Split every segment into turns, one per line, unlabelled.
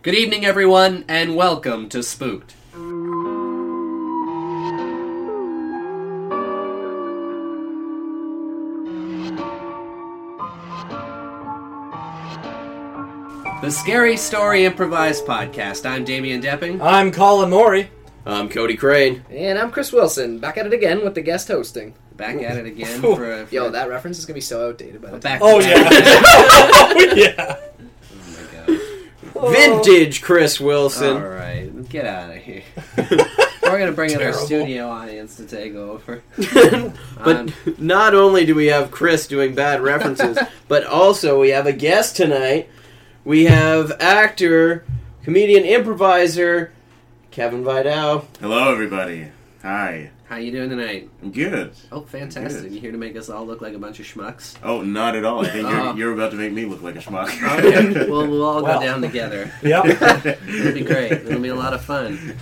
Good evening, everyone, and welcome to Spooked. The Scary Story Improvised Podcast. I'm Damian Depping.
I'm Colin Mori.
I'm Cody Crane.
And I'm Chris Wilson, back at it again with the guest hosting.
Back at it again for a, for
Yo, that reference is gonna be so outdated by the
a back.
time.
Oh yeah. oh yeah. Oh.
Vintage Chris Wilson.
All right, get out of here. We're gonna bring in our
Terrible.
studio audience to take over.
but
Um,
not only do we have Chris doing bad references, but also we have a guest tonight. We have actor, comedian, improviser, Kevin Vidal.
Hello, everybody. Hi.
How you doing tonight?
I'm good.
Oh, fantastic!
Good.
You're here to make us all look like a bunch of schmucks.
Oh, not at all. I think
Oh.
you're, you're about to make me look like a schmuck.
Okay, we'll, we'll all
Well.
go down together.
Yep.
It'll be great. It'll be a lot of fun.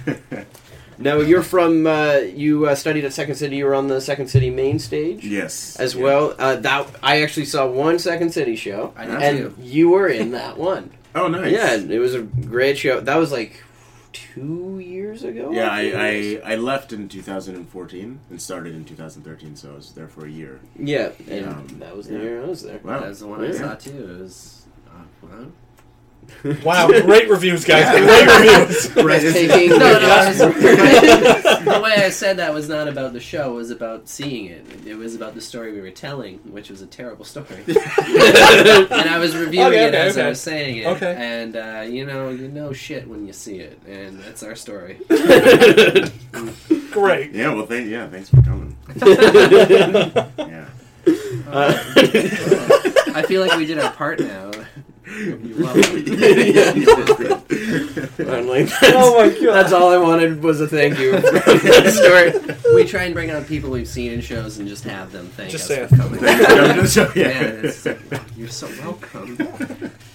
Now, you're from, uh, you uh, studied at Second City. You were on the Second City main stage
yes.
as
Yeah.
well. Uh, that I actually saw one Second City show,
I do
and
too.
you were in that one.
Oh, nice.
Yeah, it was a great show. That was like two years ago.
Yeah,
think it was.
I, I, I left in 2014 and started in 2013, so I was there for a year.
Yeah, and
Yeah.
that was the
Yeah.
year I was there.
Wow. Oh,
That was the one I
yeah.
saw too. It was. Uh, well,
Wow, great reviews, guys.
Yeah.
Great reviews.
Right,
Just
it's-
taking
No,
your
no, I was-
best-
the way I said that was not about the show. It was about seeing it. It was about the story we were telling, which was a terrible story. and I was reviewing
Okay,
it
okay,
as I
okay.
was saying it.
Okay.
And uh, you know, you know shit when you see it, and that's our story.
Great.
yeah, well, thank, yeah, thanks for coming. Yeah.
Uh,
I feel like we did our part now. You
Finally, that's,
Oh my God.
That's all I wanted was a thank you for that story.
We try and bring on people we've seen in shows and just have them thank
Just
us
say
for
it.
coming. Man, it's,
yeah.
you're so welcome.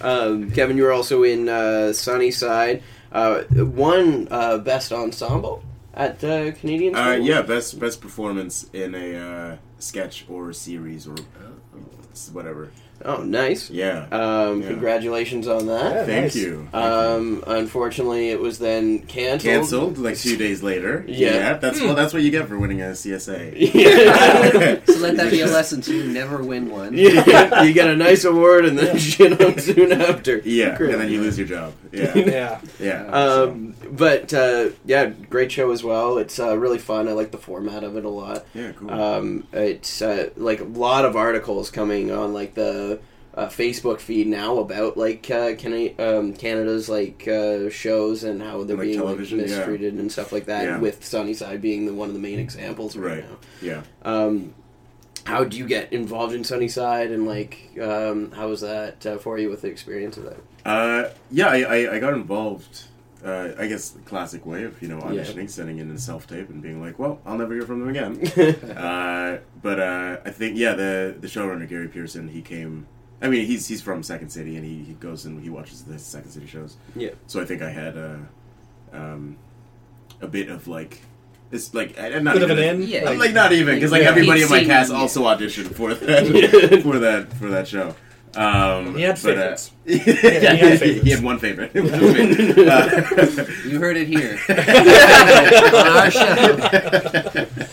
Um, Kevin, you were also in uh, Sunnyside. Uh, one uh, best ensemble at uh, Canadian School.
Uh, yeah, best best performance in a uh, sketch or series or s- whatever.
Oh, nice.
Yeah.
Um,
Yeah.
Congratulations on that.
Yeah.
Uh, Thank
nice.
you.
Um, unfortunately, it was then canceled.
Cancelled like two days later.
Yeah.
that's well, that's what you get for winning a CSA.
Yeah.
So let that be a lesson to you. Never win one.
you, get, you get a nice award and then shit on soon after.
Yeah,
Great.
and then you lose your job. Yeah,
Yeah.
yeah.
Um, but uh, yeah, great show as well. It's uh, really fun. I like the format of it a lot.
yeah, cool.
Um, it's uh, like a lot of articles coming on like the uh, Facebook feed now about like uh, Can- um, Canada's like uh, shows and how they're
Like
being like,
television, yeah.
mistreated and stuff like that.
Yeah.
With Sunnyside being the one of the main examples right,
Right.
now.
yeah.
Um, how do you get involved in Sunnyside and like um, how was that uh, for you with the experience of that?
Uh, yeah, I, I, I got involved. Uh, I guess the classic way of you know auditioning, sending in a self tape, and being like, "Well, I'll never hear from them again." uh, but uh, I think yeah, the the showrunner Gary Pearson, he came. I mean, he's he's from Second City, and he, he goes and he watches the Second City shows.
Yeah.
So I think I had a, um, a bit of like, it's like I- I'm not
Bit of
even-
an in.
Yeah.
I'm like not even because like
Yeah.
everybody in my
He'd
cast
seen-
also auditioned for that
Yeah.
for that for that show. Um,
He had
but, uh,
favorites.
yeah,
had favorites.
he had one favorite. which was me. Uh,
You heard it here. on our show.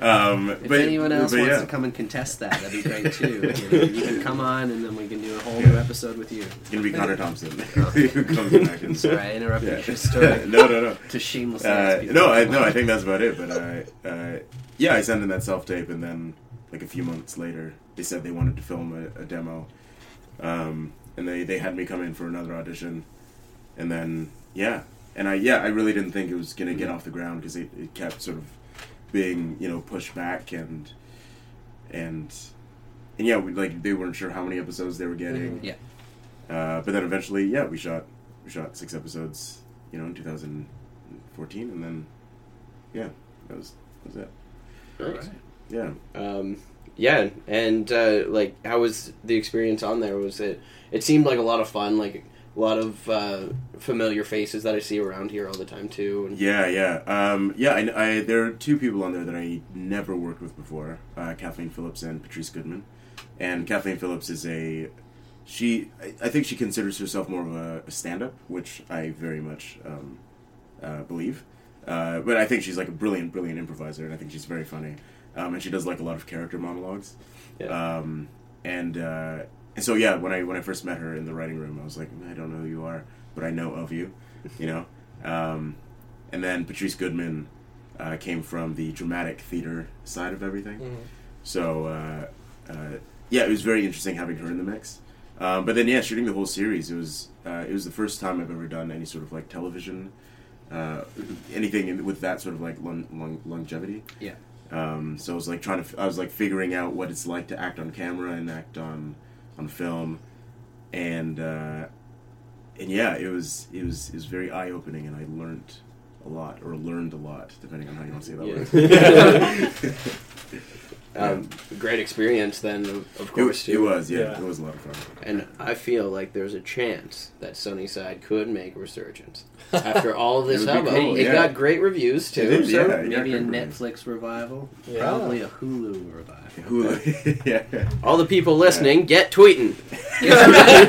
um,
If
but,
anyone else
but
wants
yeah,
to come and contest that, that'd be great too. You, know, you can come on and then we can do a whole new episode with you.
it's gonna be Connor Thompson who comes back and
Sorry, I interrupted
Yeah.
your story
no, no, no.
to shameless
Uh,
people.
no, I, no, I think that's about it. But uh, uh, yeah, I sent in that self tape, and then like a few months later, they said they wanted to film a, a demo, um, and they they had me come in for another audition, and then yeah, and I yeah, I really didn't think it was gonna get off the ground because it, it kept sort of being you know pushed back and and and yeah, we, like they weren't sure how many episodes they were getting.
Yeah.
Uh, but then eventually, yeah, we shot we shot six episodes, you know, in 2014, and then yeah, that was that was it.
Nice.
Yeah,
Um, yeah, and uh, like, how was the experience on there? Was it? It seemed like a lot of fun. Like a lot of uh, familiar faces that I see around here all the time too. And,
yeah, yeah, um, yeah. I, I there are two people on there that I never worked with before: uh, Kathleen Phillips and Patrice Goodman. And Kathleen Phillips is a she I, I think she considers herself more of a, a stand-up which i very much um, uh, believe uh, but i think she's like a brilliant brilliant improviser and i think she's very funny um, and she does like a lot of character monologues um, and uh, and so yeah when i when i first met her in the writing room i was like i don't know who you are but i know of you you know um, and then patrice goodman uh, came from the dramatic theater side of everything so uh, uh, yeah, it was very interesting having her in the mix. Um, but then yeah, shooting the whole series, it was uh, it was the first time I've ever done any sort of like television, uh, anything in, with that sort of like lon- lon- longevity.
Yeah.
Um, so I was like trying to, f- I was like figuring out what it's like to act on camera and act on on film, and uh, and yeah, it was it was it was very eye opening, and I learned a lot or learned a lot, depending on how you want to say that word.
um, great experience then, of of
It,
course.
was- it
too.
was yeah,
Yeah.
it was a lot of fun.
And I feel like there's a chance that Sunnyside could make a resurgence after all of this
It would be
hubbub.
cool,
it
yeah.
got great reviews too.
It is,
so
yeah.
Maybe a
I remember.
Netflix revival.
Yeah.
Probably a Hulu revival.
Hula. yeah.
all the people listening, get tweeting.
yeah.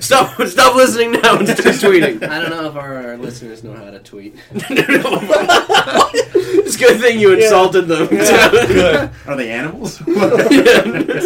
Stop! Stop listening now. and Start tweeting.
I don't know if our, our listeners know how to tweet.
it's a good thing you insulted them.
Good.
Are they animals?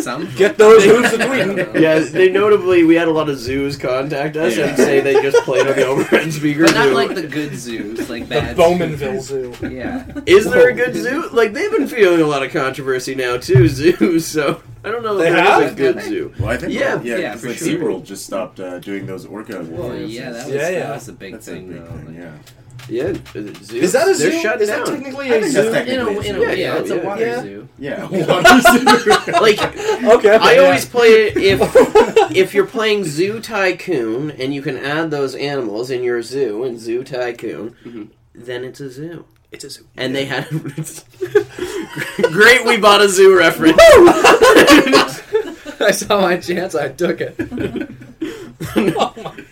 Some
Get those moves to tweeting.
Yeah, they notably we had a lot of zoos contact us
Yeah.
and say they just played on the overhead speaker.
But not
zoo.
like the good zoos, like
The
bad.
Bowmanville Zoo.
zoos. Yeah.
Is there a good zoo? Like they've been feeling a lot of controversy now too. Zoos, so I don't know.
They
if there is
have?
a good zoo.
well, I think
Yeah,
yeah,
yeah,
'cause,
for
like
sure.
SeaWorld just stopped uh, doing those orca
Well,
aquariums.
yeah, that was,
Yeah, yeah.
That was a big
that's
thing,
a big
though.
thing. Yeah,
Yeah, uh, zoos.
Is that a zoo?
They're shut
Is
down.
that technically a
I think that's
zoo?
tech-
In a, in a,
Yeah,
yeah,
yeah,
it's a
yeah.
water
Yeah.
zoo.
yeah. Water zoo.
like
Okay.
I
yeah.
always play it if if you're playing Zoo Tycoon and you can add those animals in your zoo in Zoo Tycoon,
Mm-hmm.
Mhm.
then it's a zoo.
It's a zoo.
And they had great. We bought a zoo reference.
I saw my chance. I took it.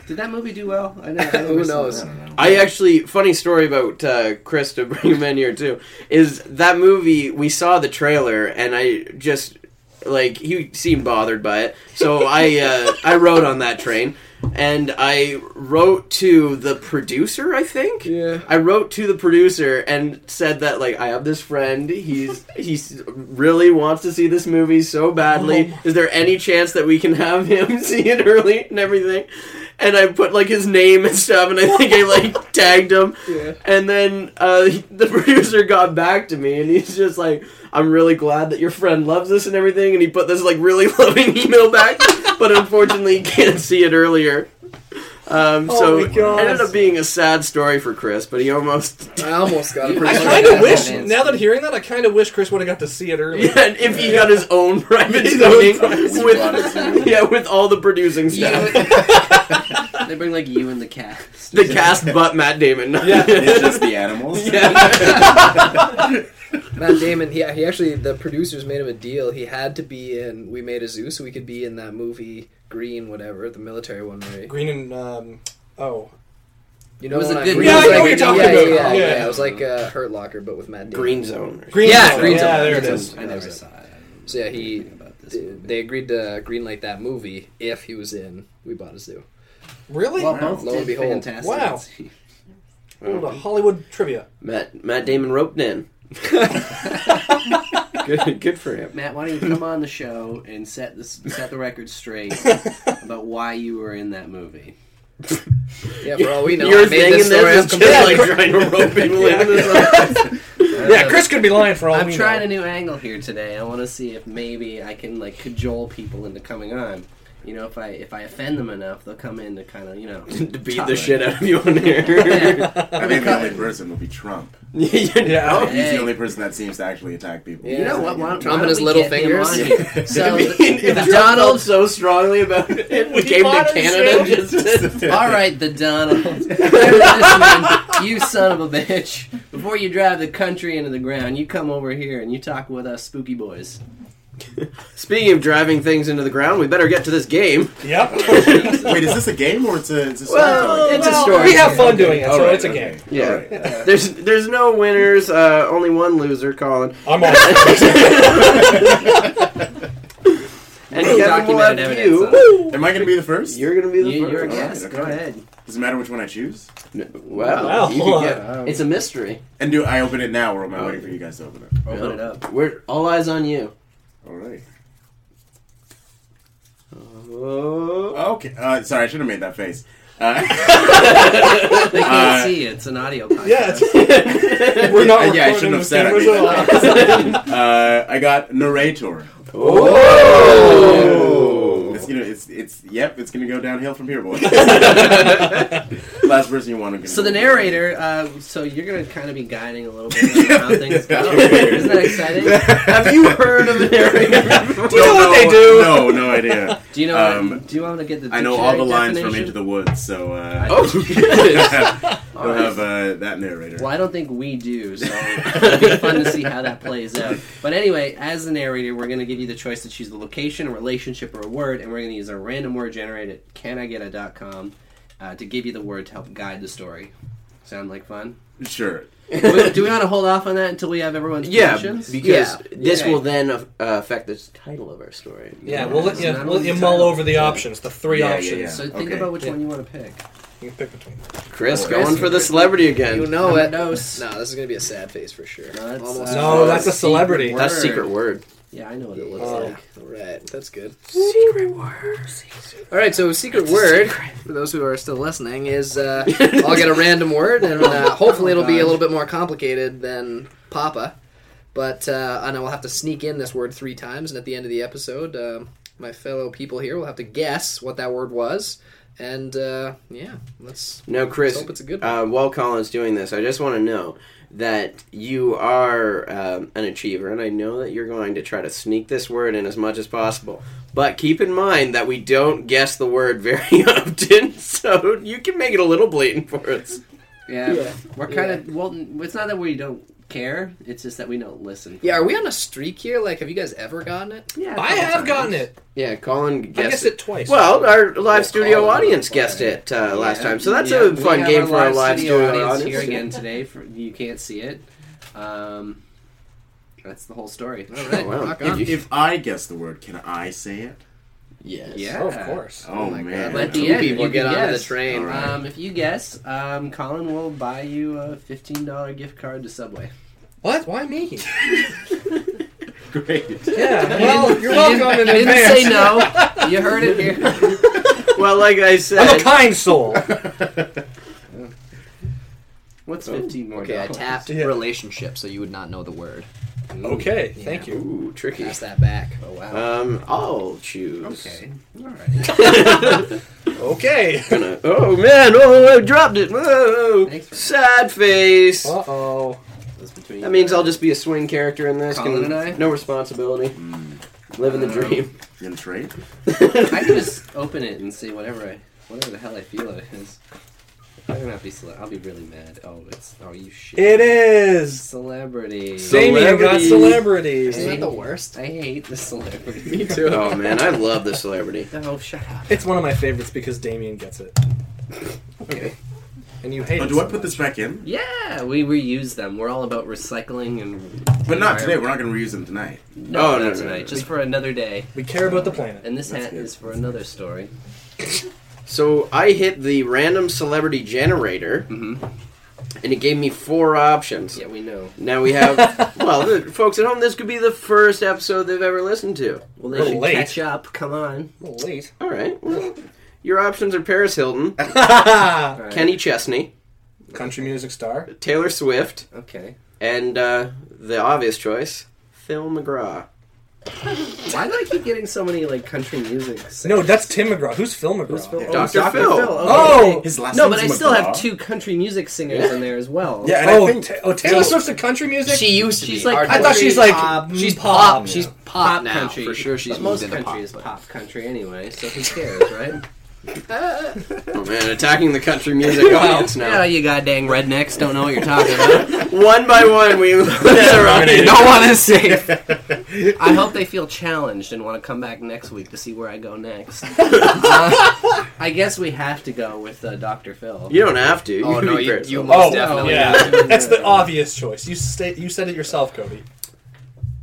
Did that movie do well? I know.
Who knows?
I don't know.
I actually, funny story about uh, Chris to bring him in here too, is that movie, we saw the trailer and I just, like, he seemed bothered by it. So I, uh, I rode on that train and I wrote to the producer, I think.
Yeah.
I wrote to the producer and said that like I have this friend. He's he's really wants to see this movie so badly. Is there any chance that we can have him see it early and everything? And I put like his name and stuff, and I think I like tagged him.
Yeah.
And then uh, the producer got back to me, and he's just like, "I'm really glad that your friend loves this and everything." And he put this like really loving email back, but unfortunately, he can't see it earlier. Um,
Oh
so
my God.
ended up being a sad story for Chris, but he almost.
I almost got it.
I
pretty
I
much.
kind of wish.
Batman's-
Now that hearing that, I kind of wish Chris would have got to see it earlier.
Yeah, and if he got his own private
His own
meeting
private-
We bought a zoo.
with yeah, with all the producing
You,
staff,
they bring like you and the cat.
the cast, but Matt Damon.
Yeah.
It's just the animals.
yeah.
Matt Damon, he, he actually, the producers made him a deal. He had to be in We Made a Zoo, so he could be in that movie, Green, whatever, the military one where he-
Green and um, oh,
You know
It was
what
a
I
good
mean?
Yeah, I
It was
know
like-
what you're
talking
yeah,
about.
Yeah, yeah,
Yeah.
yeah. It was like uh, Hurt Locker, but with Matt Damon.
Green Zone.
Green
Yeah,
Zone.
Green
yeah,
Zone.
there it
Green
is.
Zone.
I never saw it.
So yeah, he
Anything about this movie.
they agreed to greenlight that movie if he was in We Bought a Zoo.
Really?
Well,
Wow.
both
Lo and
did
behold.
fantastic.
Wow. Hold on, Hollywood trivia.
Matt Matt Damon roped in. good, good for him.
Matt, why don't you come on the show and set this set the record straight about why you were in that movie?
Yeah, for all we know,
Your
I made
thing
this
in
story
this
up
is just
completely.
like trying to rope people
Yeah.
into this.
Yeah, Chris could be lying for all
I'm
we
trying
know.
a new angle here today. I want to see if maybe I can like cajole people into coming on. You know, if I if I offend them enough, they'll come in to kind of you know.
to beat the shit out of you on here.
Yeah.
I think the only person will be Trump.
Yeah.
He's
Hey.
the only person that seems to actually attack people.
You know what? Why,
Yeah.
don't-
Trump
why
and his
don't we
little
get him on
fingers.
here? So
I mean, if Donald
Donald.
so strongly about it, we
We
came to
bought a
Canada
zoo.
just to-
All right, the Donald. You're listening, you son of a bitch. Before you drive the country into the ground, you come over here and you talk with us spooky boys.
Speaking of driving things into the ground, we better get to this game.
Yep.
Wait, is this a game or it's a? It's a
Well,
storytelling
it's a
game?
story.
We have fun
Okay.
doing it,
All
so
right,
it's a
okay.
game.
Yeah.
All right.
There's there's no winners, uh, only one loser, Colin.
I'm on. it.
And
And
Kevin will
documented
have
evidence.
you.
on it.
Am I going to be the first?
You're gonna be the
You, are a
first.
Alright,
guest.
okay.
Go ahead.
Does it matter which one I choose?
Wow,
Wow.
you could get-
Wow.
it's a mystery.
And do I open it now, or am I waiting for you guys to open it?
Open it up.
We're all eyes on you.
All right.
Oh.
Okay. Uh, sorry, I should have made that face. Uh,
They can't
Uh,
see you. It's an audio podcast.
Yeah, it's-
We're
not
Yeah, I
recording
shouldn't have
with
said I
cameras
made that
on.
face. uh, I got narrator.
Oh.
It's gonna. It's. It's. Yep. It's gonna go downhill from here, boys. Last person you want to.
So the narrator. Uh, so you're gonna kind of be guiding a little bit on how things go.
Yeah.
Isn't that exciting?
Have you heard of an area?
Do you know what they do? No, no idea.
Do you know? what-
Um,
do you want to get the?
I know all the
dictionary
lines from
definition?
Into the Woods, so uh,
Oh,
you'll
yes.
have, you'll
Alright.
have, uh, that narrator.
Well, I don't think we do, so it'll be fun to see how that plays out. But anyway, as the narrator, we're going to give you the choice to choose the location, a relationship, or a word, and we're going to use a random word generated, canigeta.com, uh, to give you the word to help guide the story. Sound like fun?
Sure.
do we, do we want to hold off on that until we have everyone's
Yeah,
predictions?
because
Yeah.
this
Okay.
will then uh, affect the title of our story.
Yeah, we'll let,
Not
yeah, we'll
on the
mull
title.
over the options, the three
Yeah, yeah,
options.
yeah.
So think
Okay.
about which
Yeah.
one you want to pick.
You can pick between. them.
Chris,
Chris.
going for the celebrity again.
You know it. No,
Knows.
this is gonna be a sad face for sure.
No, that's,
Almost.
uh,
No, that's a
secret
celebrity.
word.
That's secret word.
Yeah, I know what it
Oh, Yeah.
looks like.
All right, that's good. Secret word. All right, so secret word for those who are still listening is uh, I'll get a random word, and uh, hopefully it'll be a little bit more complicated than Papa. But uh, and I will have to sneak in this word three times, and at the end of the episode, um my fellow people here will have to guess what that word was. And uh, yeah, let's
Now, Chris,
Let's hope it's a good one.
uh, while Colin's doing this, I just want to know that you are um, an achiever, and I know that you're going to try to sneak this word in as much as possible. But keep in mind that we don't guess the word very often, so you can make it a little blatant for us.
Yeah,
Yeah.
we're kind of well. It's not that we don't care. It's just that we don't listen.
yeah. Are we on a streak here? Like, have you guys ever gotten it?
Yeah,
I have gotten it.
Yeah, Colin guessed
I guessed it twice.
Well, our live
Well,
studio
Colin
audience
was
guessed
playing.
it uh, last
Yeah.
time, so that's
Yeah,
a
we
fun
have
game
our
for our live studio audience.
audience here again today. For, you can't see it. Um, that's the whole story.
All right,
Oh, wow.
knock
If
on.
you-
If I guess the word, can I say it?
Yes.
Yeah.
Oh, of course.
Oh,
my
man.
God. Let
At the
Two
end,
people
you
get
can
onto the
guess.
train.
Alright.
Um, if you guess, um, Colin will buy you a fifteen dollar gift card to Subway.
What? Why me?
Great.
Yeah. Well, you're welcome.
You
in
didn't
advance.
say no. You heard it here.
Well, like I
I'm a
said,
kind soul.
What's fifteen more?
Okay, I
dollars?
tapped
Yeah.
relationship, so you would not know the word.
okay. Thank you.
ooh, tricky.
Pass that back.
Oh
Uh,
wow.
Um, I'll choose.
okay. All right.
Okay.
Gonna- oh man! Oh, I dropped it. Whoa.
Thanks for-
Sad face.
Uh oh.
That's between
That means I'll just be a swing character in this.
uh, Colin
can-
and I?
No responsibility.
Mm.
Living the
Um,
dream.
Then trade?
I can just open it and say whatever I, whatever the hell I feel it is. I'm gonna be cele- I'll be really mad. Oh, it's oh you shit.
It is.
celebrity.
Damien got
Celebrities.
celebrities.
Isn't that the worst?
I hate the celebrity.
oh man, I love this celebrity.
oh, shut up.
It's one of my favorites because Damien gets it.
Okay.
And you hate
Oh,
it.
do I
so
put this
much.
back in?
Yeah, we reuse them. We're all about recycling and.
But not today. We're not going to reuse them tonight.
No,
Oh,
not
no, no,
tonight.
no.
Just for another day.
We care about the planet.
And this
That's
hat
good.
is for another story.
So I hit the random celebrity generator,
Mm-hmm.
and it gave me four options.
Yeah, we know.
Now we have, well, the, folks at home, this could be the first episode they've ever listened to.
Well, they
We're
should
late.
catch up. Come on.
A little late.
All right. Well, your options are Paris Hilton,
Uh,
All right.
Kenny Chesney,
Country music star.
Taylor Swift,
Okay.
and uh, the obvious choice, Phil McGraw.
Why do I keep getting so many like country music? Singers?
No, that's Tim McGraw. Who's Phil McGraw?
Who's Phil?
Yeah.
Oh,
Dr.
Dr.
Phil.
Phil.
Oh!
okay.
His last
No, but
name's
I still have
McGraw.
two country music singers in there as well.
Yeah, and
oh,
I think.
Ta- oh, Taylor Swift's a country music.
She used to
She's
be.
like-
hard
I
I thought
work.
she's like
she's pop.
now.
She's pop,
pop
now.
country.
For sure, she's
but most
moved into
country is
pop.
pop country anyway, so who cares, right?
Oh man, attacking the country music audience now.
you goddamn rednecks don't know what you're talking about.
One by one, we eliminated.
no one is safe. I hope they feel challenged and want to come back next week to see where I go next. Uh, I guess we have to go with uh, Dr. Phil.
You don't have to.
Oh
can
no,
be
you,
Paris
you
Hilton.
most
Oh,
definitely.
yeah.
not.
that's the obvious choice. You, sta- you said it yourself, Cody.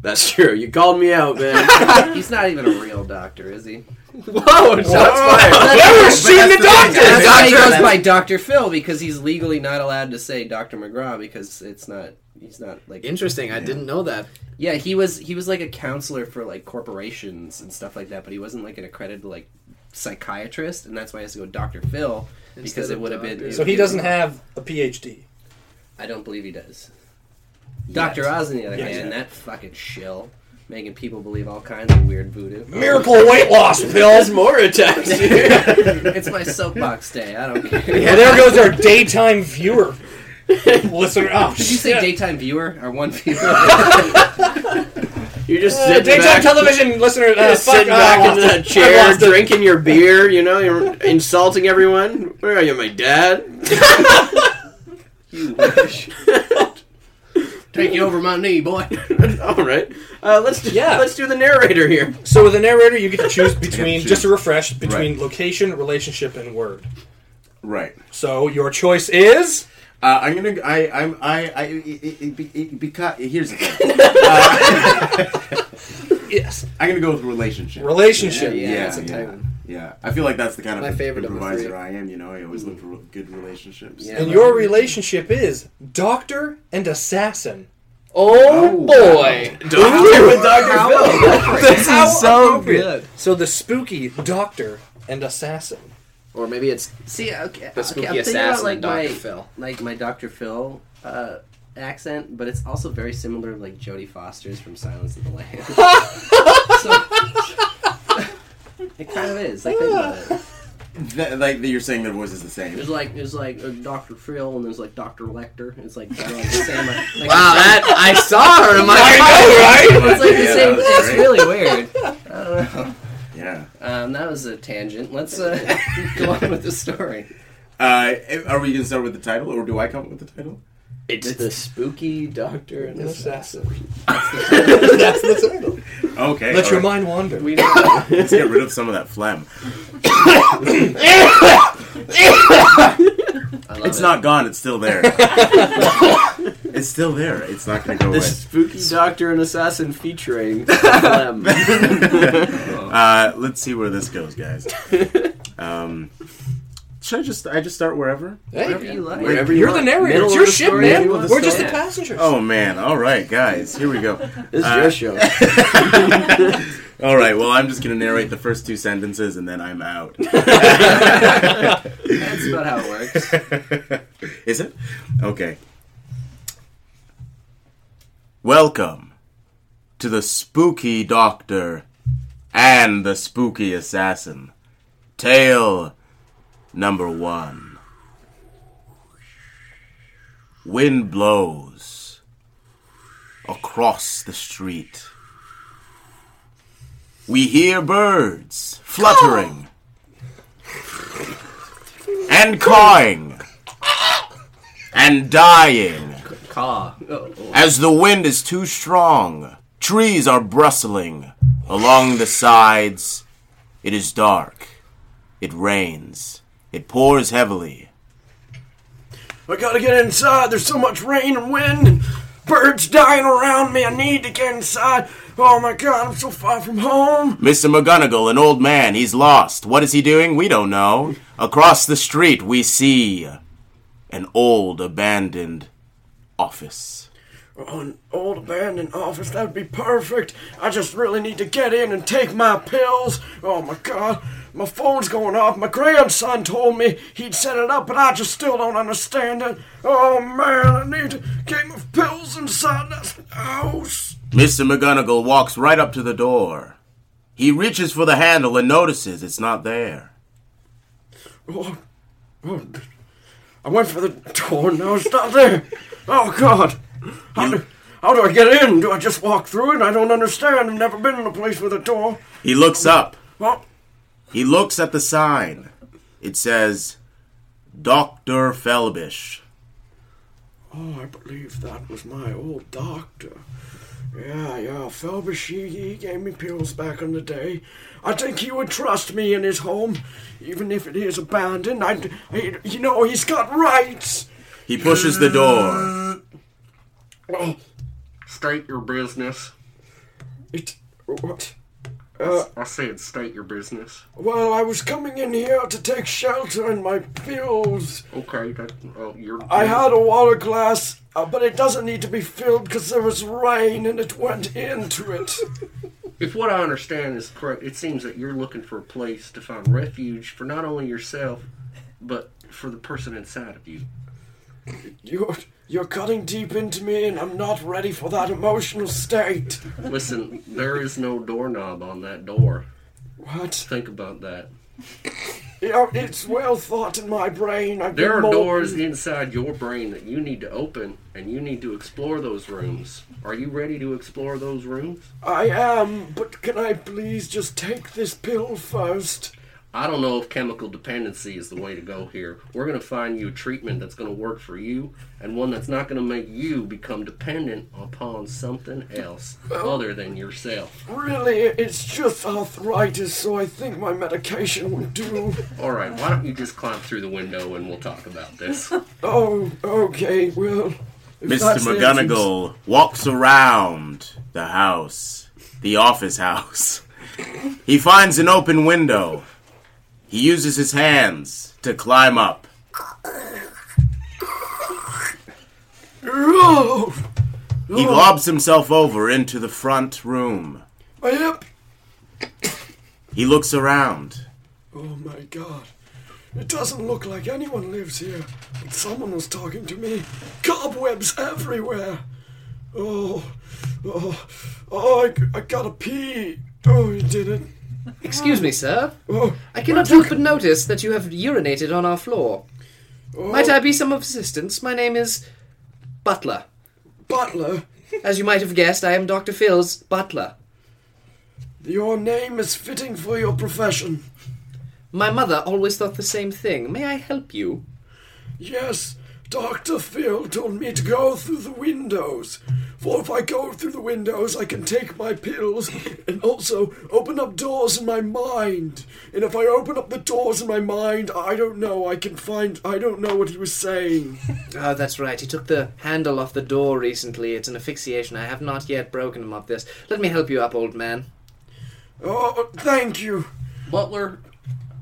That's true. You called me out, man.
He's not even a real doctor, is he?
Whoa, shots fired.
We're shooting the
That's
doctor.
why he
Doctor-
goes by Doctor Phil because he's legally not allowed to say Doctor McGraw because it's not. He's not like
Interesting. I didn't know that.
yeah. He was he was like a counselor for like corporations and stuff like that, but he wasn't like an accredited like psychiatrist, and that's why he has to go Doctor Phil
Instead
because
of
it would have been.
doctor.
So he doesn't have a PhD.
I don't believe he does. Doctor Oz, on the other
Yet.
hand, that fucking shill making people believe all kinds of weird voodoo.
Miracle weight loss pills.
That's more attacks. dude.
it's my soapbox day. I don't care.
Well, there goes our daytime viewer. Listener, oh,
Did you say
shit.
daytime viewer or one viewer?
you just
Uh,
sit
daytime
back,
television listener?
you
Uh,
just
fuck,
sit
uh,
back
I
in
lost
that
it. I
chair,
lost it.
drinking your beer. You know, you're insulting everyone. Where are you, my dad?
You wish. Taking over my knee, boy.
All right, uh, let's do,
Yeah.
let's do the narrator here.
So with a narrator, you get to choose between
choose.
just to refresh between
Right.
location, relationship, and word.
Right.
So your choice is
Uh, I'm gonna. I. I'm. I. I. It, it, it, it, because here's the thing. Uh,
yes
I'm gonna go with relationship.
relationship.
Yeah,
Yeah,
that's a tight
yeah.
one.
yeah, I feel like that's the kind
My
of
favorite of the
improviser
three.
I am. You know, I always look for re- good relationships.
Yeah.
And your relationship is doctor and assassin.
Oh,
Oh,
boy.
Doctor with Doctor Phil.
Phil.
How appropriate.
good.
So the spooky doctor and assassin.
Or maybe it's
See, okay,
the
okay
spooky
I'm thinking about
assassin,
like
Doctor
my
Phil.
like my Doctor Phil uh, accent, but it's also very similar to like Jodie Foster's from Silence of the Lambs. So- it kind of is. Like think about it.
Th- like you're saying, their voice is the same.
There's like there's like a Doctor Phil and there's like Doctor Lecter. It's like kind of like the same. Like,
Wow, that I saw her. in my
know,
It's like the
Yeah,
same.
that was
It's
great.
really weird. I don't know.
Yeah.
Um, that was a tangent. Let's uh, go on with the story.
Uh, are we gonna start with the title, or do I come up with the title?
It's the spooky doctor and
An
his
assassin. That's the title.
Okay.
Let
all
your
right.
mind wander.
We don't,
Let's get rid of some of that phlegm.
I love
It's
it.
not gone. It's still there. it's still there. It's not gonna go
the
away.
spooky doctor and assassin featuring Clem.
Uh, let's see where this goes, guys. Um, should I just I just start wherever?
Whatever you like.
Wherever
You're
you
the
want.
narrator.
Middle
It's
of
your
the
ship,
story,
man.
you want
the
We're just the
story.
passengers.
Oh man! All right, guys, here we go.
This is
Uh,
your show.
All right, well, I'm just gonna narrate the first two sentences and then I'm out.
That's about how it works.
Is it? Okay. Welcome to the spooky doctor and the spooky assassin. Tale number one. Wind blows across the street. We hear birds fluttering and cawing and dying.
Caw. Oh, oh.
As the wind is too strong, trees are bristling along the sides. It is dark. It rains. It pours heavily.
I gotta get inside. There's so much rain and wind and birds dying around me. I need to get inside. Oh my god, I'm so far from home.
Mr. McGonagall, an old man, he's lost. What is he doing? We don't know. Across the street, we see an old abandoned office.
Oh, an old abandoned office. That'd be perfect. I just really need to get in and take my pills. Oh my god. My phone's going off. My grandson told me he'd set it up, but I just still don't understand it. Oh man, I need to get my pills inside this house.
Mr. McGonagall walks right up to the door. He reaches for the handle and notices it's not there.
Oh, oh, I went for the door, now it's not there. Oh God! How do, how do I get in? Do I just walk through it? I don't understand. I've never been in a place with a door.
He looks up.
Well,
He looks at the sign. It says, Dr. Felbish.
oh, I believe that was my old doctor. Yeah, yeah, Felbish, he, he gave me pills back in the day. I think he would trust me in his home, even if it is abandoned. I, I, you know, he's got rights.
He pushes the door.
Oh,
State your business.
Uh,
I'll say it. State your business.
well, I was coming in here to take shelter in my fields.
Okay. That, well, you're.
I had a water glass, uh, but it doesn't need to be filled because there was rain and it went into it.
If what I understand is correct, it seems that you're looking for a place to find refuge for not only yourself, but for the person inside of you.
You're, you're cutting deep into me, and I'm not ready for that emotional state.
Listen, there is no doorknob on that door.
What?
Think about that.
Yeah, it's well thought in my brain. I've
There
been
are
molded.
doors inside your brain that you need to open, and you need to explore those rooms. Are you ready to explore those rooms?
I am, but can I please just take this pill first?
I don't know if chemical dependency is the way to go here. We're going to find you a treatment that's going to work for you and one that's not going to make you become dependent upon something else other than yourself.
Really, it's just arthritis, so I think my medication would do.
All right, why don't you just climb through the window and we'll talk about this?
Oh, okay, well. if
Mr.
that's the essence-
McGonagall walks around the house, the office house. He finds an open window. He uses his hands to climb up.
Oh,
He lobs himself over into the front room.
my hip!
He looks around.
Oh my god. It doesn't look like anyone lives here, but someone was talking to me. Cobwebs everywhere! Oh, oh, oh, I, g- I gotta pee! Oh, you did it.
Excuse me, sir.
Oh,
I cannot help but notice that you have urinated on our floor. Might I be some of assistance? My name is Butler.
butler,
As you might have guessed, I am Dr. Phil's butler.
your name is fitting for your profession.
My mother always thought the same thing. May I help you?
Yes, Dr. Phil told me to go through the windows. For if I go through the windows, I can take my pills and also open up doors in my mind. And if I open up the doors in my mind, I don't know, I can find. I don't know what he was saying.
Oh, that's right. He took the handle off the door recently. It's an asphyxiation. I have not yet broken him of this. Let me help you up, old man.
Oh, thank you.
Butler,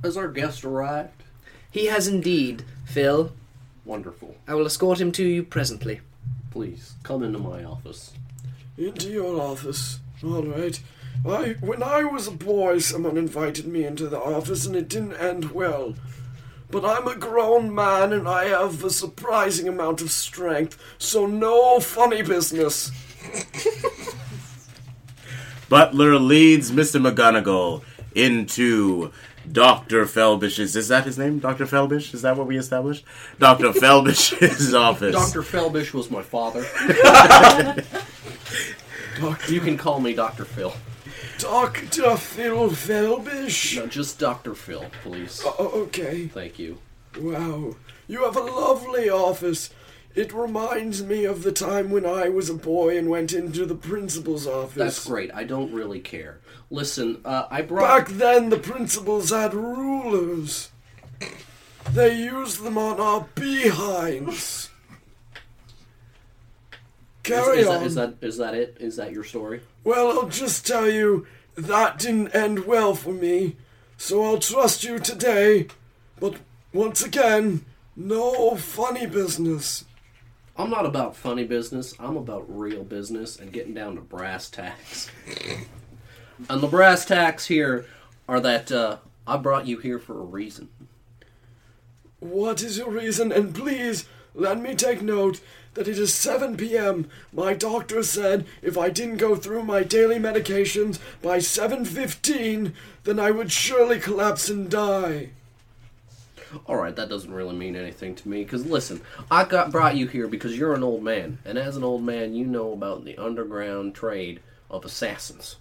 has our guest arrived?
He has indeed, Phil.
Wonderful.
I will escort him to you presently.
Please come into my office.
Into your office. All right. I, when I was a boy, someone invited me into the office and it didn't end well. But I'm a grown man and I have a surprising amount of strength, so no funny business.
Butler leads Mr. McGonagall into Dr. Felbish's. Is that his name? Dr. Felbish? Is that what we established? Dr. Felbish's office.
Dr. Felbish was my father. you can call me Dr. Phil.
Dr. Phil Felbish?
No, just Dr. Phil, please.
O- okay.
Thank you.
Wow. You have a lovely office. It reminds me of the time when I was a boy and went into the principal's office.
That's great. I don't really care. Listen, uh, I brought.
Back then, the principals had rulers. They used them on our behinds. Carry
is, is
on.
that, is that is that it? Is that your story?
Well, I'll just tell you that didn't end well for me, so I'll trust you today. But once again, no funny business.
I'm not about funny business. I'm about real business and getting down to brass tacks. and the brass tacks here are that uh, I brought you here for a reason.
What is your reason? And please let me take note that it is 7 p.m. My doctor said if I didn't go through my daily medications by 7:15, then I would surely collapse and die.
All right, that doesn't really mean anything to me. Because listen, I got brought you here because you're an old man, and as an old man, you know about the underground trade of assassins.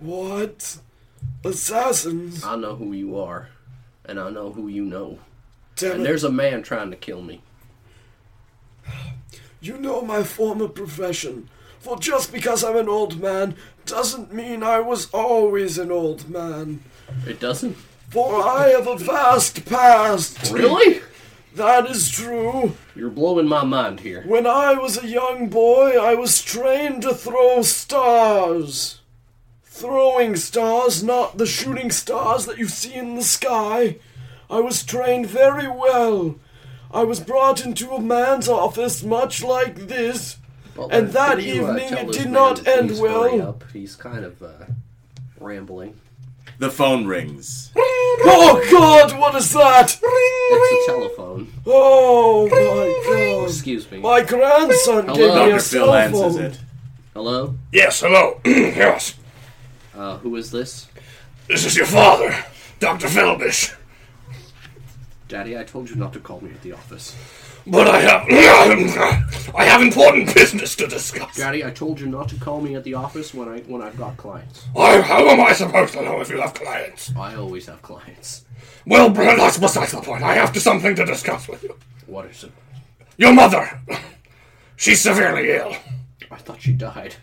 What? Assassins?
I know who you are, and I know who you know.
Damn
And
it.
there's a man trying to kill me.
You know my former profession. For just because I'm an old man doesn't mean I was always an old man.
It doesn't.
For I have a vast past.
Really?
That is true.
You're blowing my mind here.
When I was a young boy, I was trained to throw stars.
throwing stars, not the shooting stars that you see in the sky. I was trained very well. I was brought into a man's office much like this.
Butler,
And that
could you, uh,
evening
tell
it
this
did
man
not
to
end
please hurry
well.
up? He's kind of uh, rambling.
The phone rings.
Oh God, what is that?
It's a telephone.
Oh my God.
Excuse me.
My grandson gave
Hello?
me
Dr.
a
Phil
cell
answers
phone.
it.
Hello?
Yes, hello. yes.
Uh, who is this?
This is your father, Dr. Felbish.
Daddy, I told you not to call me at the office.
But I have I have important business to discuss.
Daddy, I told you not to call me at the office when I when I've got clients.
I, how am I supposed to know if you have clients?
I always have clients.
Well, br- that's besides the point. I have to, something to discuss with you.
What is it?
Your mother. She's severely ill.
I thought she died.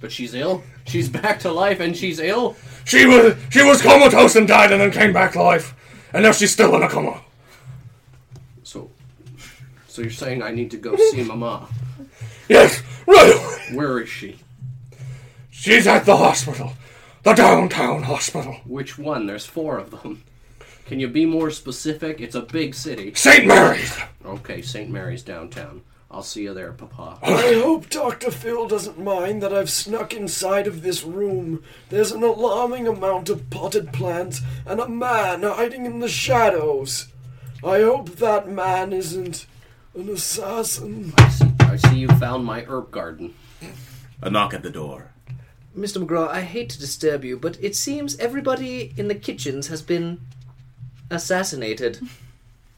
But she's ill. She's back to life and she's ill.
She was she was comatose and died and then came back to life. And now she's still in a coma.
So So you're saying I need to go see Mama.
Yes, right away.
Where is she?
She's at the hospital. The downtown hospital.
Which one? There's four of them. Can you be more specific? It's a big city.
St. Mary's.
Okay, St. Mary's downtown. I'll see you there, Papa.
I hope Dr. Phil doesn't mind that I've snuck inside of this room. There's an alarming amount of potted plants and a man hiding in the shadows. I hope that man isn't an assassin.
I see, I see you found my herb garden.
A knock at the door.
Mr. McGraw, I hate to disturb you, but it seems everybody in the kitchens has been assassinated.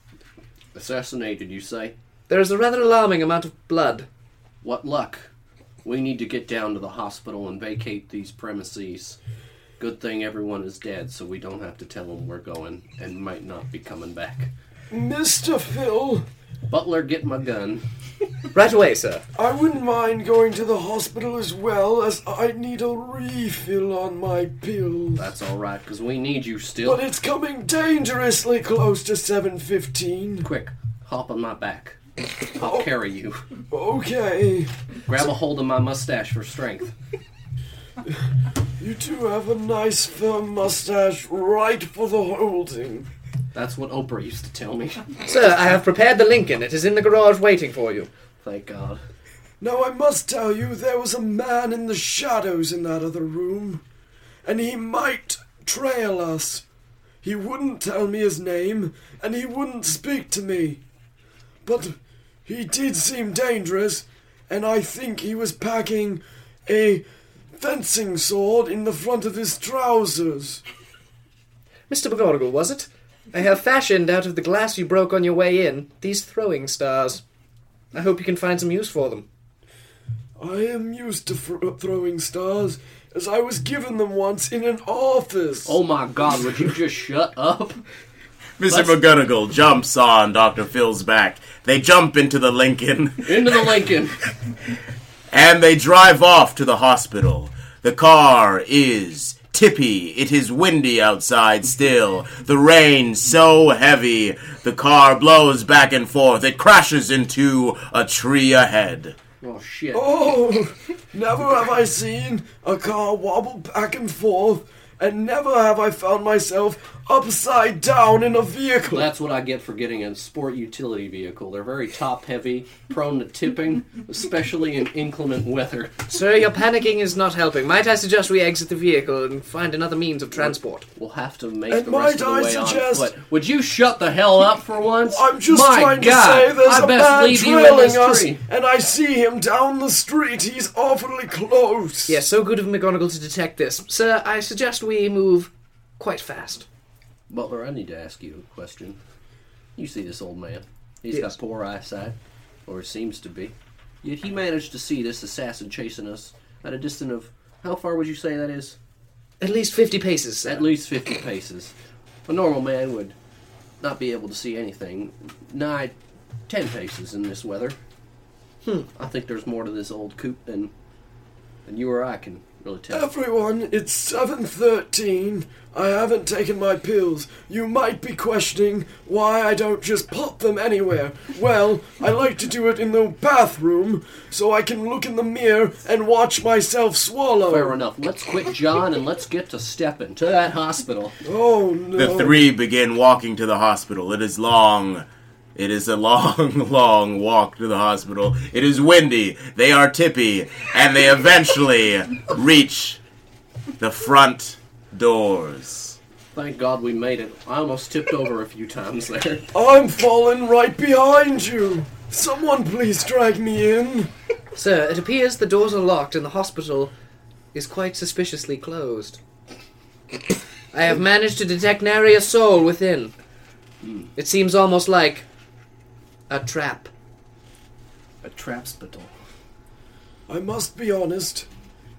Assassinated, you say?
There is a rather alarming amount of blood.
What luck. We need to get down to the hospital and vacate these premises. Good thing everyone is dead, so we don't have to tell them we're going and might not be coming back.
Mr. Phil,
Butler, get my gun.
Right away, sir.
I wouldn't mind going to the hospital as well, as I need a refill on my pills.
That's alright, because we need you still.
But it's coming dangerously close to 7.15.
Quick, hop on my back. I'll carry you.
Okay,
Grab a hold of my mustache for strength.
you two have a nice firm mustache right for the holding.
That's what Oprah used to tell me.
Sir, I have prepared the Lincoln. It is in the garage waiting for you.
Thank God.
Now, I must tell you, there was a man in the shadows in that other room, and he might trail us. He wouldn't tell me his name, and he wouldn't speak to me. But he did seem dangerous, and I think he was packing a fencing sword in the front of his trousers.
Mr. McGonagall, was it? I have fashioned out of the glass you broke on your way in these throwing stars. I hope you can find some use for them.
I am used to fr- throwing stars, as I was given them once in an office.
Oh my God, would you just shut up?
mister McGonagall jumps on Dr. Phil's back. They jump into the Lincoln
Into the Lincoln.
and they drive off to the hospital. The car is tippy. It is windy outside still. The rain so heavy. The car blows back and forth. It crashes into a tree ahead.
Oh shit.
Oh, never have I seen a car wobble back and forth, and never have I found myself upside down in a vehicle.
That's what I get for getting a sport utility vehicle. They're very top heavy, prone to tipping, especially in inclement weather.
Sir, your panicking is not helping. Might I suggest we exit the vehicle and find another means of transport?
We'll have to make
And
the rest of the
might I
way
suggest-
on foot. Would you shut the hell up for once?
I'm just
My
trying
God,
to say there's
I
a
best
man
leave you in this
trailing us,
tree.
and I see him down the street. He's awfully close.
Yes, so good of McGonagall to detect this. Sir, I suggest we move quite fast.
Butler, I need to ask you a question. You see this old man? He's
Yes.
got poor eyesight, or seems to be. Yet he managed to see this assassin chasing us at a distance of how far would you say that is?
At least 50 paces, sir.
At least 50 paces. A normal man would not be able to see anything nigh 10 paces in this weather. Hmm. I think there's more to this old coop than, than you or I can really tough.
Everyone, it's 7.13. I haven't taken my pills. You might be questioning why I don't just pop them anywhere. Well, I like to do it in the bathroom so I can look in the mirror and watch myself swallow.
Fair enough. Let's quit John and let's get to stepping to that hospital.
Oh no.
The three begin walking to the hospital. It is long. It is a long, long walk to the hospital. It is windy. They are tippy. And they eventually reach the front doors.
Thank God we made it. I almost tipped over a few times there.
I'm falling right behind you. Someone please drag me in.
Sir, it appears the doors are locked and the hospital is quite suspiciously closed. I have managed to detect nary a soul within. It seems almost like a trap.
A trap spittle.
I must be honest.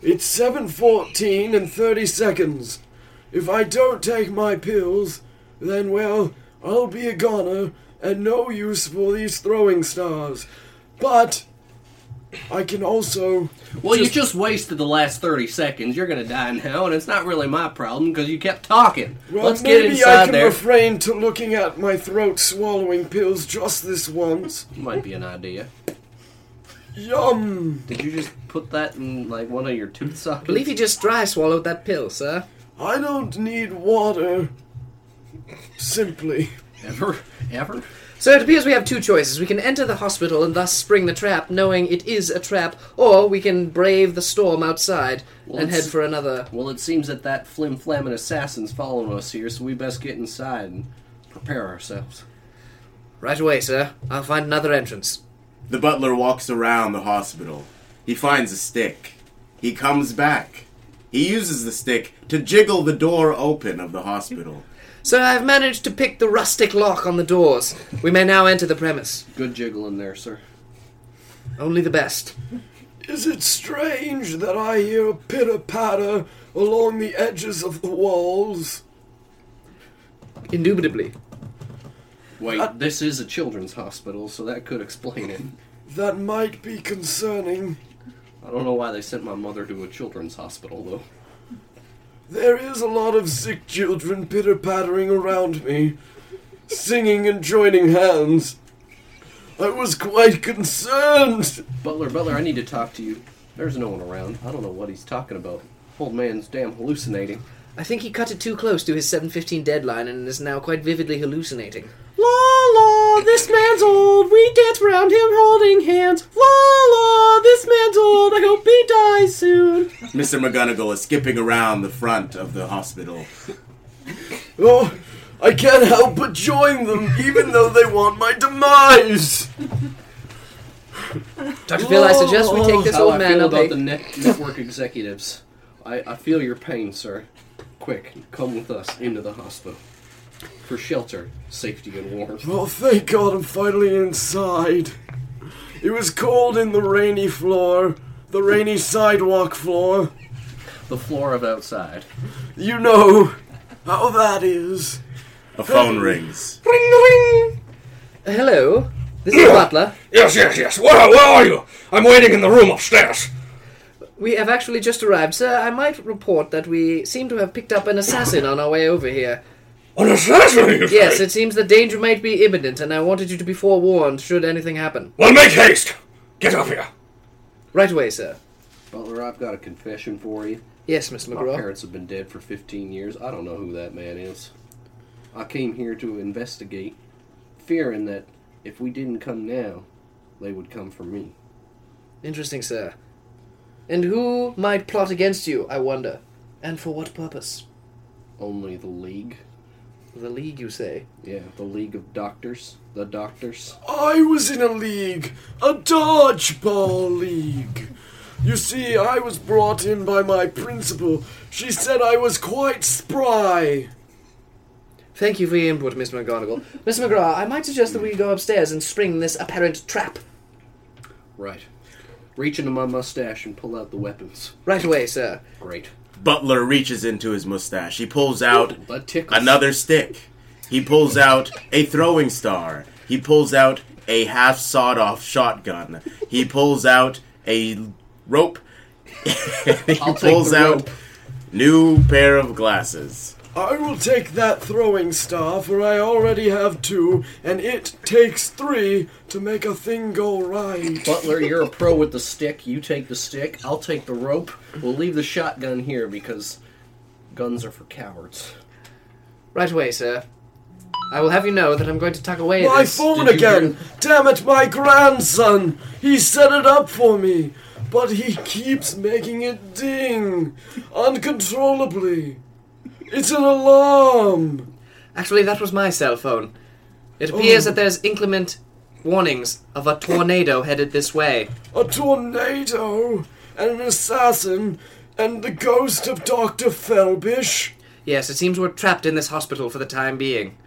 It's 7:14 and 30 seconds. If I don't take my pills, then well, I'll be a goner and no use for these throwing stars. But I can also
Well, you just wasted the last 30 seconds. You're going to die now, and it's not really my problem because you kept talking.
well,
Let's get
maybe I
inside
can
there.
refrain to looking at my throat swallowing pills just this once.
Might be an idea.
Yum!
Did you just put that in like one of your tooth sockets?
I believe you just dry swallowed that pill, sir.
I don't need water. Simply.
ever, ever.
So it appears we have two choices. We can enter the hospital and thus spring the trap, knowing it is a trap, or we can brave the storm outside and
let's-
head for another.
Well, it seems that that flim flammin' assassin's following us here, so we best get inside and prepare ourselves.
Right away, sir. I'll find another entrance.
The butler walks around the hospital. He finds a stick. He comes back. He uses the stick to jiggle the door open of the hospital.
So I've managed to pick the rustic lock on the doors. We may now enter the premise.
Good jiggle in there, sir.
Only the best.
Is it strange that I hear a pitter patter along the edges of the walls?
Indubitably.
Wait, this is a children's hospital, so that could explain it.
That might be concerning.
I don't know why they sent my mother to a children's hospital, though.
There is a lot of sick children pitter pattering around me, singing and joining hands. I was quite concerned.
Butler, Butler, I need to talk to you. There's no one around. I don't know what he's talking about. Old man's damn hallucinating.
I think he cut it too close to his 7.15 deadline and is now quite vividly hallucinating.
La la, this man's old. We dance round him holding hands. La la, this man's old. I hope he dies soon.
Mr. McGonagall is skipping around the front of the hospital.
Oh, I can't help but join them, even though they want my demise.
Dr. Phil, I suggest we take this
Oh, How
old
I
man
feel
up
about the
a...
net- network executives. I, I feel your pain, sir. Quick, come with us into the hospital for shelter, safety, and warmth.
Oh, thank God I'm finally inside. It was cold in the rainy floor, the rainy sidewalk floor.
The floor of outside.
You know how that is.
A phone rings.
Hello? This is Butler.
Yes, yes, yes. Where, where are you? I'm waiting in the room upstairs.
We have actually just arrived. Sir, I might report that we seem to have picked up an assassin on our way over here.
An assassin, you say?
Yes, it seems that danger might be imminent, and I wanted you to be forewarned should anything happen.
Well, make haste. Get up here.
Right away, sir.
Butler, I've got a confession for you.
Yes, Miss
My
McGraw.
parents have been dead for 15 years. I don't know who that man is. I came here to investigate, fearing that if we didn't come now, they would come for me.
Interesting, sir. And who might plot against you, I wonder? And for what purpose?
Only the League.
The League, you say?
Yeah, the League of Doctors. The Doctors.
I was in a league, a dodgeball league. You see, I was brought in by my principal. She said I was quite spry.
Thank you for your input, Miss McGonagall. Miss McGraw, I might suggest that we go upstairs and spring this apparent trap.
Right. Reach into my mustache and pull out the weapons.
Right away, sir.
Great.
Butler reaches into his mustache. He pulls out
That tickles.
another stick. He pulls out a throwing star. He pulls out a half sawed off shotgun. He pulls out a rope he pulls out new pair of glasses.
I will take that throwing star, for I already have two, and it takes three to make a thing go right.
Butler, you're a pro with the stick. You take the stick. I'll take the rope. We'll leave the shotgun here because guns are for cowards.
Right away, sir. I will have you know that I'm going to tuck away
My
this.
phone
did you
again! Damn it, my grandson! He set it up for me, but he keeps making it ding uncontrollably. It's an alarm!
Actually, that was my cell phone. It appears
Oh.
that there's inclement warnings of a tornado headed this way.
A tornado, and an assassin, and the ghost of Dr. Felbish.
Yes, it seems we're trapped in this hospital for the time being.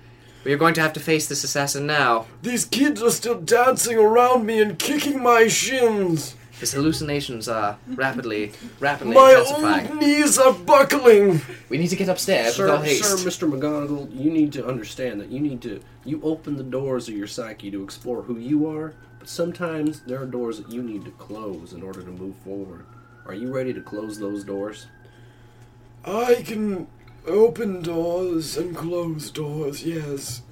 We are going to have to face this assassin now.
These kids are still dancing around me and kicking my shins.
His hallucinations are rapidly, rapidly
My
intensifying.
old knees are buckling.
We need to get upstairs with all
Sir,
haste.
sir, Mr. McGonagall, you need to understand that you need to you open the doors of your psyche to explore who you are, but sometimes there are doors that you need to close in order to move forward. Are you ready to close those doors?
I can open doors and close doors, yes.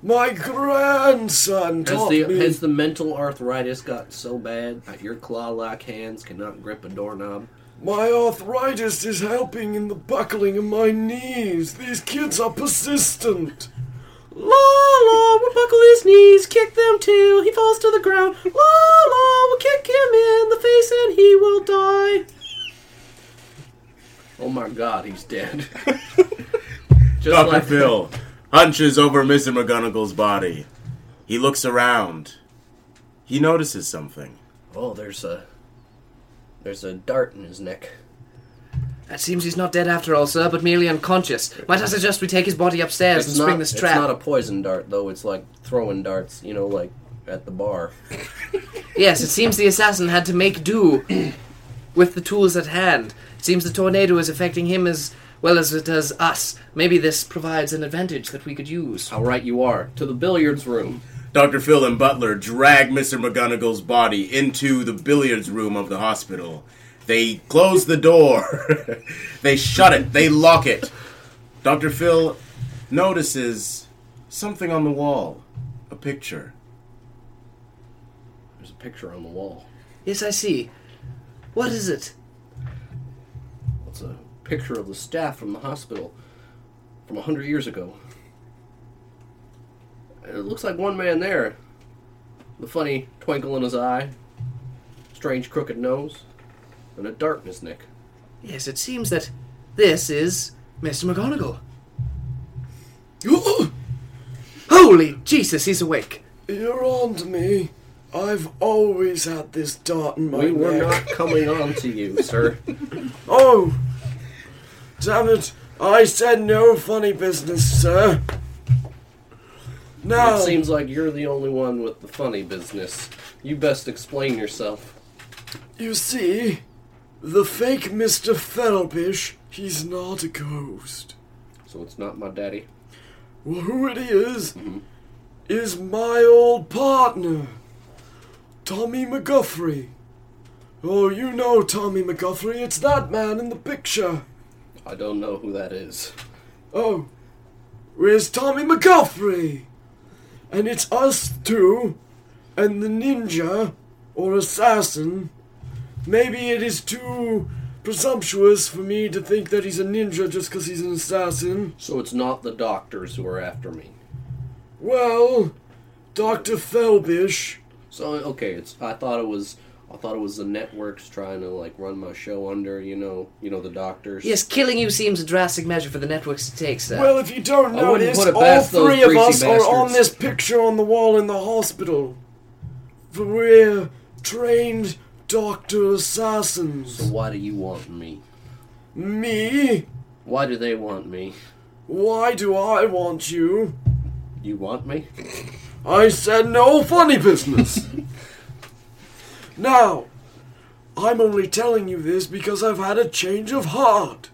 My grandson
Has
taught
the,
me.
has the mental arthritis got so bad that your claw-like hands cannot grip a doorknob?
My arthritis is helping in the buckling of my knees. These kids are persistent.
La la, Oh, we'll buckle his knees, kick them till he falls to the ground. La la, we'll kick him in the face and he will die. Oh my god, he's dead. Just
Dr.
like
Phil hunches over Mr. McGonagall's body. He looks around. He notices something.
Oh, there's a there's a dart in his neck.
It seems he's not dead after all, sir, but merely unconscious. Might I suggest we take his body upstairs and spring this
it's
trap?
not a poison dart though. It's like throwing darts, you know, like at the bar.
Yes, it seems the assassin had to make do with the tools at hand. It seems the tornado is affecting him as well as it does us. Maybe this provides an advantage that we could use.
How right you are. To the billiards room.
Dr. Phil and Butler drag Mr. McGonagall's body into the billiards room of the hospital. They close the door. they shut it. They lock it. Dr. Phil notices something on the wall a picture.
There's a picture on the wall.
Yes, I see. What is it?
It's a picture of the staff from the hospital from a hundred years ago. And It looks like one man there. The funny twinkle in his eye, strange crooked nose, and a dart in his neck.
Yes, it seems that this is Mr. McGonagall. Holy Jesus, he's awake.
You're on to me. I've always had this dart in my
We were
neck.
not coming on to you, sir.
Oh! Damn it! I said no funny business, sir. Now,
It seems like you're the only one with the funny business. You best explain yourself.
you see, the fake Mr. Felbish, he's not a ghost.
So it's not my daddy. Mm-hmm.
Well, who it is, is my old partner, Tommy McGuffrey. Oh, you know Tommy McGuffrey, it's that man in the picture.
I don't know who that is.
Oh, where's Tommy McGuffrey? And it's us two, and the ninja, or assassin. Maybe it is too presumptuous for me to think that he's a ninja just because he's an assassin.
So it's not the doctors who are after me.
Well, Dr. Felbish.
So okay, it's I thought it was I thought it was the networks trying to like run my show under, you know, you know the doctors.
Yes, killing you seems a drastic measure for the networks to take, sir.
Well, if you don't
I wouldn't
notice,
put it
all
past those
three of
greasy
us are on
bastards.
this picture on the wall in the hospital. For we're trained doctor assassins.
Why do you want me?
Me?
Why do they want me?
Why do I want you?
You want me?
I said no funny business. now, I'm only telling you this because I've had a change of heart.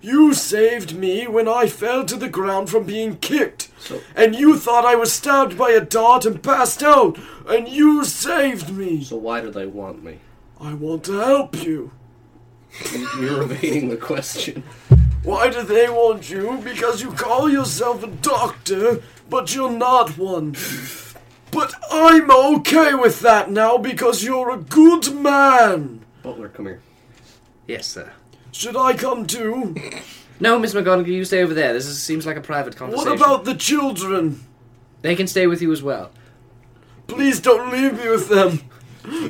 You saved me when I fell to the ground from being kicked, and you thought I was stabbed by a dart and passed out, and you saved me.
So why do they want me?
I want to help you.
You're evading the question.
Why do they want you? Because you call yourself a doctor, but you're not one. But I'm okay with that now because you're a good man.
Butler, come here.
Yes, sir.
Should I come too?
No, Miss McGonagall, you stay over there. This is, seems like a private
What
conversation.
about the children?
They can stay with you as well.
Please don't leave me with them.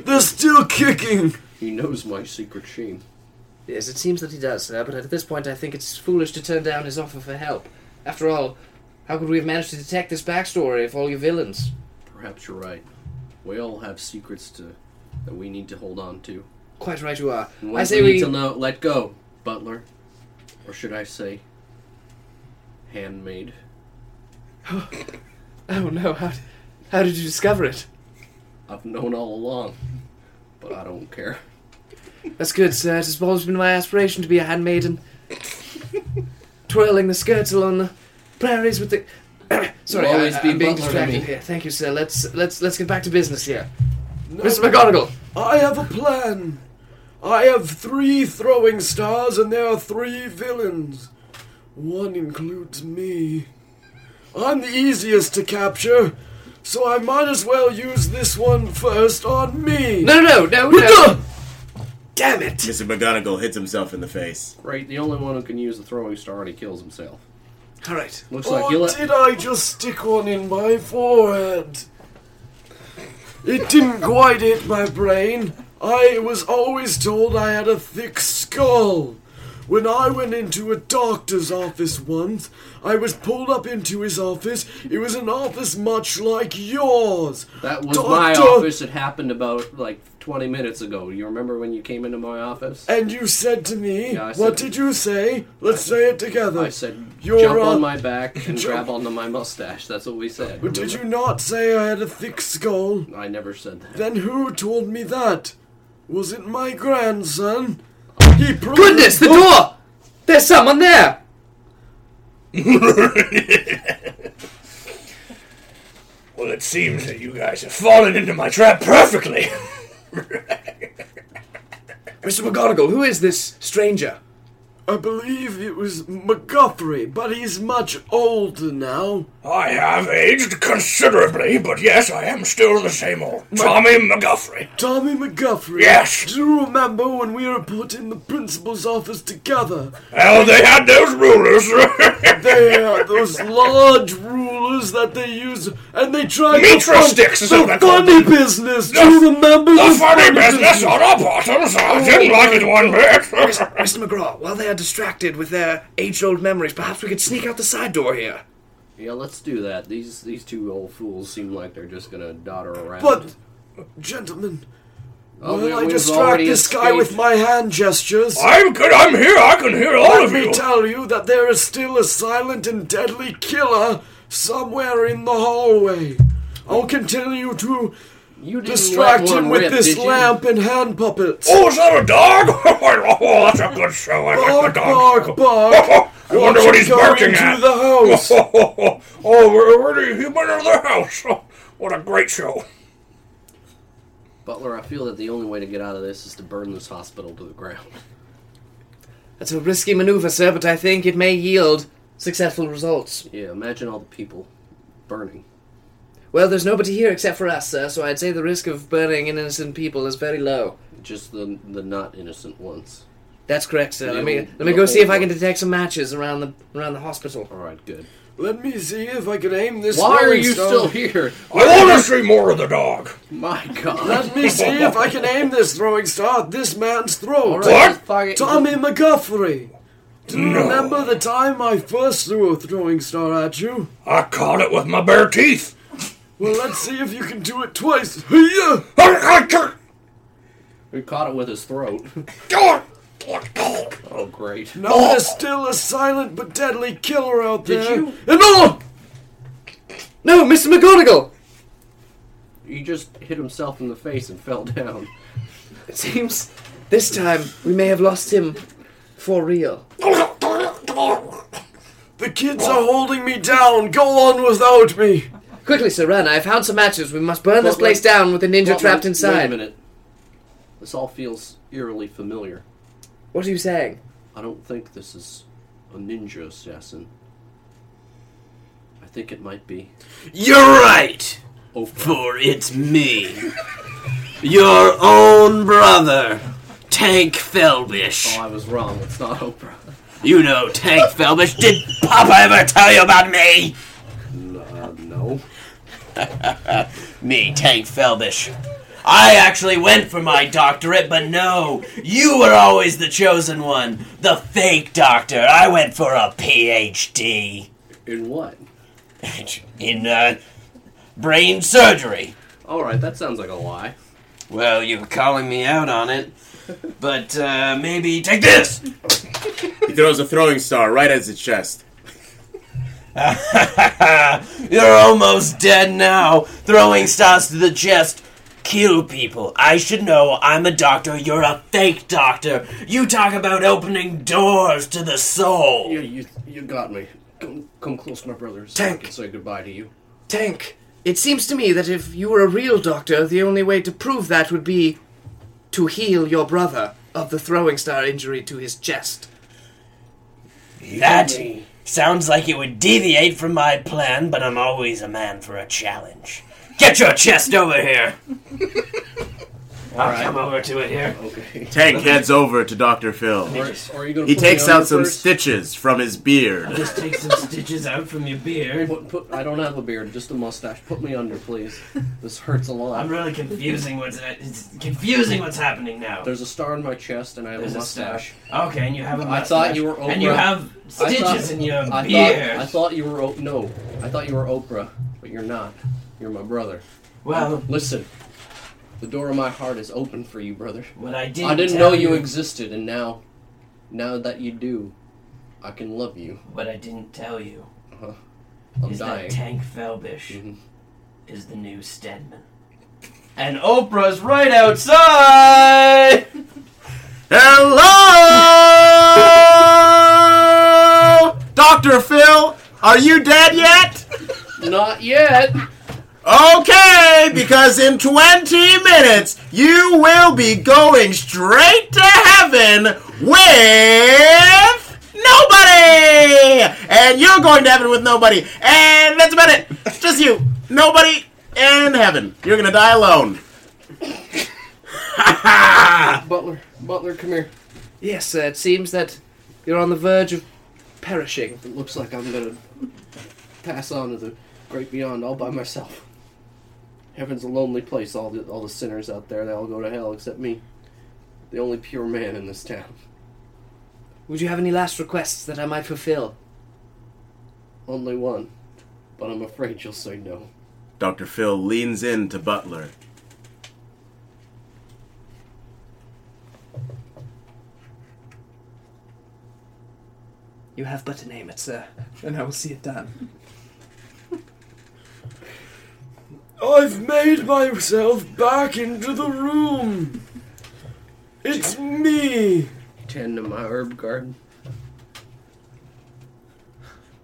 They're still kicking.
He knows my secret shame.
Yes, it seems that he does, sir, but at this point I think it's foolish to turn down his offer for help. After all, how could we have managed to detect this backstory of all your villains?
Perhaps you're right. We all have secrets to that we need to hold on to.
Quite right you are.
And
I
ones
say
we
we...
need to know, let go, Butler, or should I say, handmaid?
Oh no, how, how did you discover it?
I've known all along, but I don't care.
That's good, sir. It has always been my aspiration to be a handmaiden. Twirling the skirts along the prairies with the... Sorry,
You'll always
I, I,
be
am being
butler to
distracted
me.
here. Thank you, sir. Let's let's let's get back to business here. Mr. McGonagall,
I have a plan. I have three throwing stars, and there are three villains. One includes me. I'm the easiest to capture, so I might as well use this one first on me.
no, no, no, no.
Damn it!
Mr. McGonagall hits himself in the face.
Right, the only one who can use the throwing star and he kills himself.
All right.
Looks like
Or
you let.
did I just stick one in my forehead? It didn't quite hit my brain. I was always told I had a thick skull. When I went into a doctor's office once, I was pulled up into his office. It was an office much like yours.
That was
Doctor!
my office. It happened about like 20 minutes ago. You remember when you came into my office?
And you said to me,
Yeah, I said-
What did you say? Let's say it together.
I said,
You're
jump
on-
on my back and
Jump.
grab onto my mustache. That's what we said.
But did you not say I had a thick skull?
I never said that.
Then who told me that? Was it my grandson? He proved
Goodness, the door! There's someone there!
Well, it seems that you guys have fallen into my trap perfectly.
Mr. McGonagall, who is this stranger?
I believe it was McGuffrey, but he's much older now.
I have aged considerably, but yes, I am still the same old Tommy McGuffrey.
Tommy McGuffrey.
Yes.
Do you remember when we were put in the principal's office together?
Well, they had those rulers.
They are those large rulers that they use, and they tried
Mitra
to fund
sticks is
the
what they're called.
funny business. Do you remember
the funny business on our bottoms. I
Oh.
didn't like it one bit.
Mr. McGraw, while they are distracted with their age old memories, perhaps we could sneak out the side door here.
Yeah, let's do that. These these two old fools seem like they're just gonna dodder around.
But, gentlemen,
Oh, we-
will I
we've
distract
already
this guy with
escaped.
my hand gestures?
I'm good. I'm here. I can hear all
Let
of
me
you.
tell you that there is still a silent and deadly killer somewhere in the hallway. I'll continue to
You didn't
distract
let one
him with
rip,
this
did you?
lamp and hand puppets.
Oh, is that a dog? oh, that's a good show. I like
bark,
the
bark,
dog.
bark.
I wonder what he's
Watch
barking
him go into
at.
the house.
Oh, where, where do you went into the house? Oh, what a great show.
Butler, I feel that the only way to get out of this is to burn this hospital to the ground.
That's a risky maneuver, sir, but I think it may yield successful results.
Yeah, imagine all the people burning.
Well, there's nobody here except for us, sir, so I'd say the risk of burning innocent people is very low.
Just the the not innocent ones.
That's correct, sir. Let me
Little-
let me go see if I
little-
can detect some matches around the around the hospital.
All right, good.
Let me see if I can aim this.
Why are
throwing
you
star.
still here?
I want to see more of the dog.
My God!
Let me see if I can aim this throwing star at this man's throat.
What?
Tommy McGuffrey. Do you
No.
remember the time I first threw a throwing star at you?
I caught it with my bare teeth.
Well, let's see if you can do it twice. Hiya!
Oh,
We caught it with his throat. Oh, great!
Now there's still a silent but deadly killer out
Did
there.
you-
And oh!
No, Mr. McGonagall!
He just hit himself in the face and fell down.
It seems this time we may have lost him for real.
The kids are holding me down. Go on without me.
Quickly, sir, run. I found some matches. We must burn this
Butler-
place down with the ninja
Butler,
trapped inside.
Wait a minute. This all feels eerily familiar.
What are you saying?
I don't think this is a ninja assassin. I think it might be.
You're right. Oh, For it's me. Your own brother, Tank Felbish.
Oh, I was wrong. It's not Oprah.
You know Tank Felbish. Did Papa ever tell you about me?
Uh, no.
Me, Tank Felbish. I actually went for my doctorate, but no, you were always the chosen one, the fake doctor. I went for a PhD
In what?
in uh, brain surgery.
All right, that sounds like a lie.
Well, you're calling me out on it, but uh, maybe take this.
He throws a throwing star right at his chest.
You're almost dead now. Throwing stars to the chest. Kill people. I should know. I'm a doctor. You're a fake doctor. You talk about opening doors to the soul.
Yeah, you you got me. Come, come close, my brothers. so I
Tank.
can say goodbye to you.
Tank.
It seems to me that if you were a real doctor, the only way to prove that would be to heal your brother of the throwing star injury to his chest.
That sounds like it would deviate from my plan, but I'm always a man for a challenge. Get your chest over here. I'll come over to it here.
Okay.
Tank heads over to Dr. Phil.
Or, or are you gonna
He
put me
takes
under
out some
first?
stitches from his beard.
Just take some stitches out from your beard.
Put, put, I don't have a beard, just a mustache. Put me under, please. This hurts a lot.
I'm really confusing what's uh, it's confusing what's happening now.
There's a star in my chest, and I have
There's
a
a
mustache.
Okay, and you have a
I
mustache.
thought you were
And you
Oprah.
have
I
stitches
thought-
in your
I
beard.
thought I thought you were o- no. I thought you were Oprah, but you're not. You're my brother.
well,
Listen, the door of my heart is open for you, brother.
what I didn't
I didn't
tell
know you existed, and now, now that you do, I can love you.
what I didn't tell you
I'm
is
dying.
that Tank Felbish
Mhm.
is the new Stedman. And Oprah's right outside.
Hello! Dr. Phil, are you dead yet?
Not yet.
Okay, because in 20 minutes you will be going straight to heaven with nobody! And you're going to heaven with nobody. And that's about it. Just you. Nobody and heaven. You're going to die alone.
Butler, Butler, come here.
Yes, uh, it seems that you're on the verge of perishing.
It looks like I'm gonna pass on to the great beyond all by myself. Heaven's a lonely place. All the all the sinners out there, they all go to hell except me, the only pure man in this town.
Would you have any last requests that I might fulfill?
Only one, but I'm afraid you'll say no.
Dr. Phil leans in to Butler.
You have but to name it, sir, and I will see it done.
I've made myself back into the room. It's me.
Tend to my herb garden.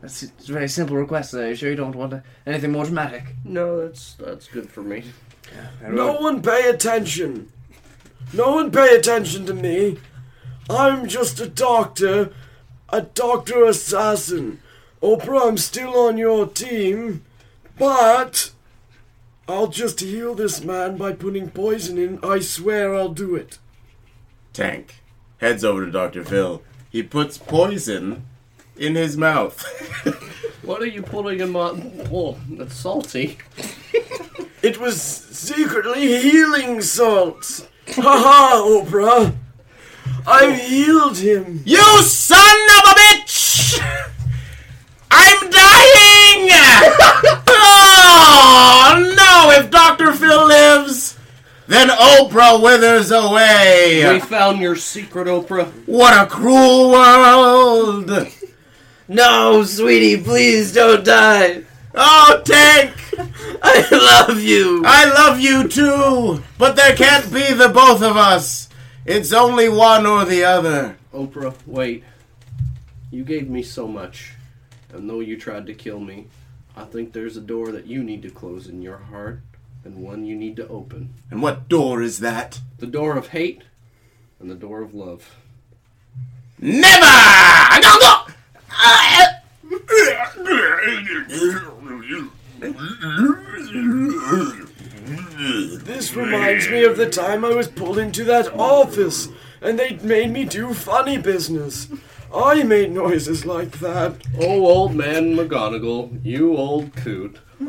That's a it's a very simple request, sir. Are you sure you don't want uh anything more dramatic?
No, that's that's good for me.
No one pay attention. No one pay attention to me. I'm just a doctor, a doctor assassin. Oprah, I'm still on your team, but I'll just heal this man by putting poison in. I swear I'll do it.
Tank heads over to Dr. Phil. He puts poison in his mouth.
What are you putting in my? Oh, that's salty.
It was secretly healing salts. Haha, Oprah. I've healed him.
You son of a bitch! I'm dying! oh no! If Dr. Phil lives, then Oprah withers
We
away.
found your secret, Oprah.
What a cruel world!
No, sweetie, please don't die.
Oh, Tank!
I love you.
I love you too! But there can't be the both of us! It's only one or the other.
Oprah, wait. You gave me so much, and though you tried to kill me, I think there's a door that you need to close in your heart, and one you need to open.
And what door is that?
The door of hate, and the door of love.
Never! No, no!
This reminds me of the time I was pulled into that office and they made me do funny business. I made noises like that.
Oh, old man McGonagall, you old coot.
They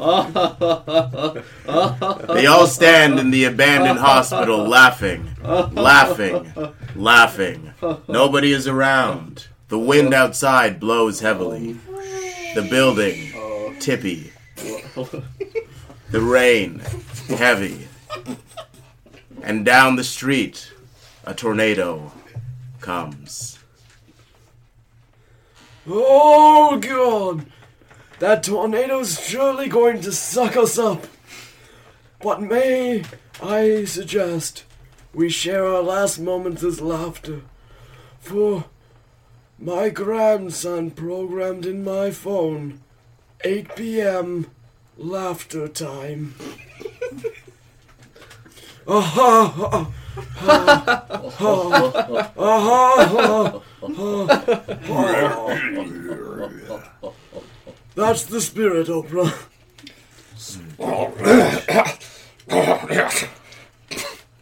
all stand in the abandoned hospital laughing, laughing, laughing. Nobody is around. The wind outside blows heavily. The building, tippy. The rain, heavy. And down the street, a tornado comes.
Oh god! That tornado's surely going to suck us up. But may I suggest we share our last moments as laughter? For my grandson programmed in my phone 8 p.m. laughter time. Aha! ha, ha, ha, ha, ha. That's the spirit, Oprah.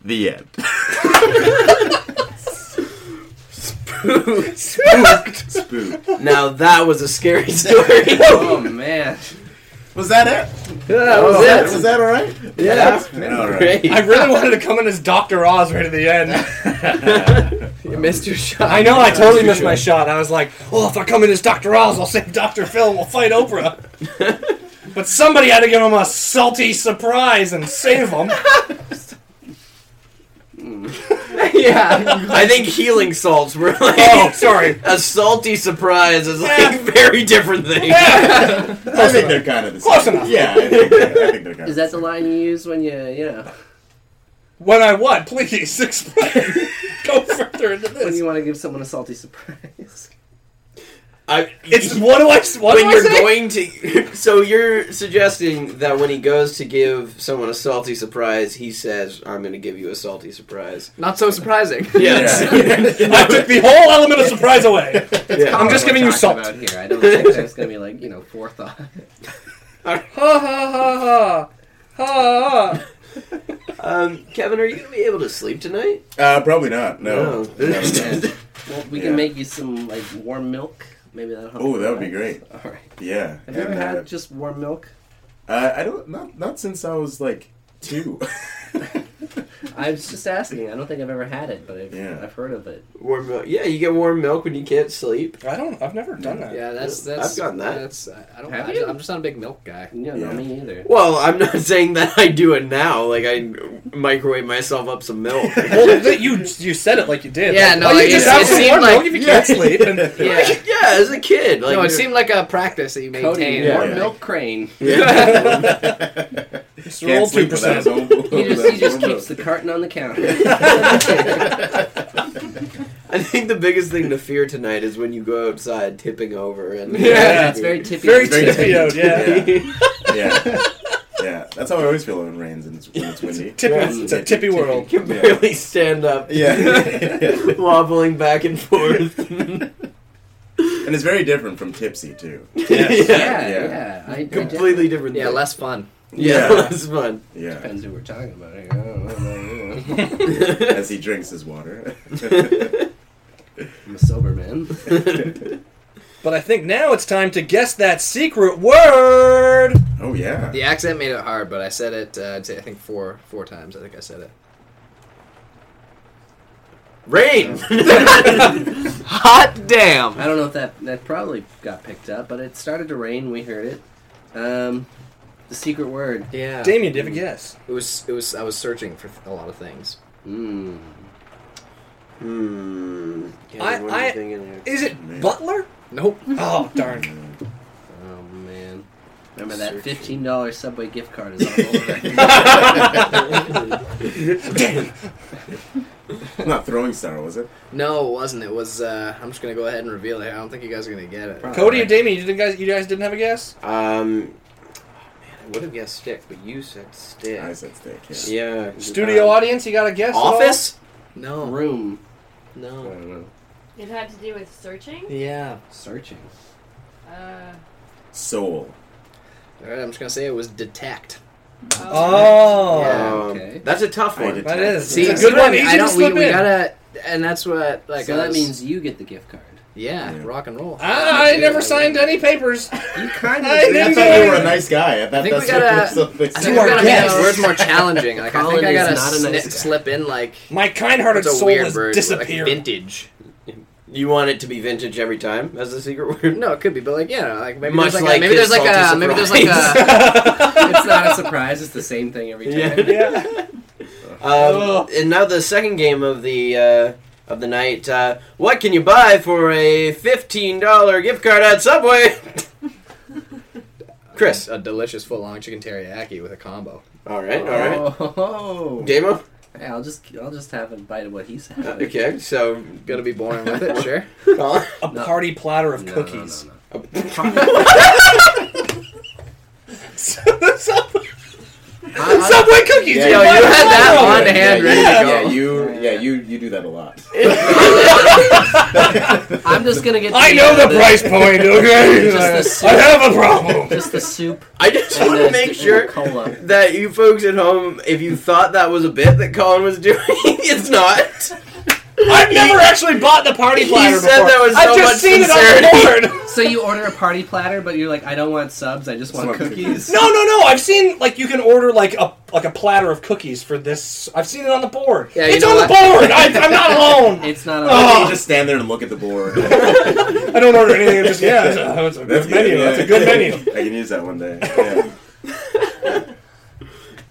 The end. Spooked. Spooked.
Now that was a scary story.
Oh man,
Was that it?
That
Was
was
that,
it.
was that all right?
Yeah,
All right.
Great.
I really wanted to come in as Dr. Oz right at the end.
you missed your shot.
I know, I totally missed my shot. I was like, well, if I come in as Dr. Oz, I'll save Dr. Phil and we'll fight Oprah. but somebody had to give him a salty surprise and save him.
yeah,
I think healing salts were like
Oh, sorry.
a salty surprise is like
Yeah.
very different thing.
I think they're kind of the same.
Close enough.
Yeah, I think they're, I think they're kind
is
of the
that the line you use when you you know
When I what? Please explain. Go further into
when
this.
you want to give someone a salty surprise?
I,
It's what do I? s- What
when
do I
you're
say?
going to. So you're suggesting that when he goes to give someone a salty surprise, he says, "I'm going to give you a salty surprise."
not so surprising.
Yes.
I took the whole element of surprise away.
Yeah.
I'm just
What
giving
we're
you
talking
salt.
About here, I don't think there's gonna be like you know forethought.
Ha ha ha ha ha.
Um, Kevin, are you going to be able to sleep tonight? Oh,
Uh, probably not. Oh, No.
No.
Well, we
Yeah.
can make you some like warm milk. Maybe that'll help.
oh,
you
that would be
relax.
great.
All right.
Yeah.
Have you ever
And, uh,
had just warm milk?
uh, I don't. Not not since I was like two.
I was just asking. I don't think I've ever had it, but I've,
Yeah.
I've heard of it.
Warm milk. Yeah, you get warm milk when you can't sleep.
I don't. I've never done that.
Yeah, that's that's.
I've gotten that.
That's I I don't.
Have
I
you?
just, I'm just not a big milk guy.
No,
Yeah.
not me either.
Well, I'm not saying that I do it now. Like I microwave myself up some milk.
Well, th- you you said it like you did.
Yeah,
Like,
no,
oh, you
like,
just
it-
have
it
some
seemed
warm
like-
milk if you can't sleep. And
Yeah.
yeah, as a kid, like
No, it seemed like a practice that you
Cody,
maintained.
Yeah.
warm milk crane.
just
Can't
roll two
sleep without
percent.
his own-
He just, he just
without
keeps
his
the carton on the counter.
I think the biggest thing to fear tonight is when you go outside tipping over and
Yeah.
It's very tippy.
Very
Very
tippy out. Yeah.
own- Yeah. yeah. Yeah. That's how I always feel when it rains and it's, when it's windy.
Tippy, it's a tippy world.
can barely stand up,
Yeah.
wobbling back and forth.
and it's very different from tipsy too.
yeah,
yeah.
yeah.
Yeah.
I, I
completely different.
Yeah,
thing.
less fun.
yeah,
Yeah.
less fun.
Yeah.
Depends who we're talking about. here. I don't know.
As he drinks his water.
I'm a sober man.
But I think now it's time to guess that secret word.
oh yeah.
The accent made it hard, but I said it. Uh, I'd say, I think four four times. I think I said it.
Rain.
Hot damn!
I don't know if that that probably got picked up, but it started to rain. We heard it. Um, the secret word.
Yeah.
Damien, do you have a guess?
It was it was I was searching for a lot of things.
Mm.
Hmm. Can't
I-
remember
I-
anything in there.
Is it
Man.
Butler?
Nope.
Oh darn!
Oh man. Remember that
Searching.
fifteen dollar Subway gift card is all over. it.
Not throwing star, was it?
No, it wasn't. It was. Uh, I'm just gonna go ahead and reveal it. I don't think you guys are gonna get it.
Cody or Damien, you didn't guys, you guys didn't have a guess?
Um. oh, man, I would have guessed stick, but you said stick.
I said steak. Yeah.
Yeah.
Studio
Um,
audience, you got a guess? at all?
Office.
No.
room. I
No.
don't know.
It had to do with searching?
Yeah.
Searching.
Uh,
Soul.
All right, I'm just gonna say it was detect.
Oh.
Yeah.
okay.
Um, That's a tough
I
one.
did-
That is.
See,
that's
good
not
one.
easy
I
to
don't. We,
slip
we
in.
gotta, and that's what like.
so that
us-
means you get the gift card.
yeah,
Yeah.
rock and roll.
Ah,
Ah,
I, I never signed any papers.
You kind
I
of.
I
didn't
thought you were
get
a nice guy. I thought
think we
that's what
gotta-
was something.
I
said.
think
You
we
are
gotta make
guest.
these words more challenging. Like I think
Colin
I
is
gotta
not a
sni-
nice guy.
slip in like.
My kind-hearted
It's a
soul
weird
has
word. but, Like
disappeared.
vintage.
You want it to be vintage every time as the secret word?
No, it could be, but like yeah, like maybe
Much
there's like,
like
a, maybe there's like
his salty
a maybe there's like a
It's not a surprise. It's the same thing every time.
Yeah.
yeah.
Um, and now the second game of the uh, of the night. Uh, what can you buy for a fifteen dollar gift card at Subway? Chris.
a delicious foot long chicken teriyaki with a combo.
All right. All right.
Oh.
Demo.
Hey, I'll just I'll just have a bite of what he's having.
Okay. So
Gonna be born with it, sure.
Colin.
A party platter of
No, no, no,
cookies.
no.
Subway
I- I-
cookies.
Yeah,
you
you
buy
had
a
that
platter of
on
it.
hand ready to
yeah,
go.
Yeah, you, yeah, you, you do that a lot.
I'm just gonna get.
I know
uh,
the price point, okay?
Just the
I have a problem.
Just the soup.
I just
and
want
the-
to make
and the
sure
cola.
that you folks at home, if you thought that was a bit that Colin was doing, it's not.
I've never actually bought the party
He
platter
said
before.
there was
I've
so
just
much
seen it on
sincerity.
the board.
So you order a party platter, but you're like, I don't want subs. I just want
want
cookies.
No, no, no. I've seen like you can order like a like a platter of cookies for this. I've seen it on the board.
Yeah, you
it's
know
on the
what?
board. I, I'm not alone.
It's not. A,
Oh.
You just stand there and look at the board.
I don't order anything. I'm just yeah, it's a, it's a good menu. It's a good menu.
I can use that one day. Yeah.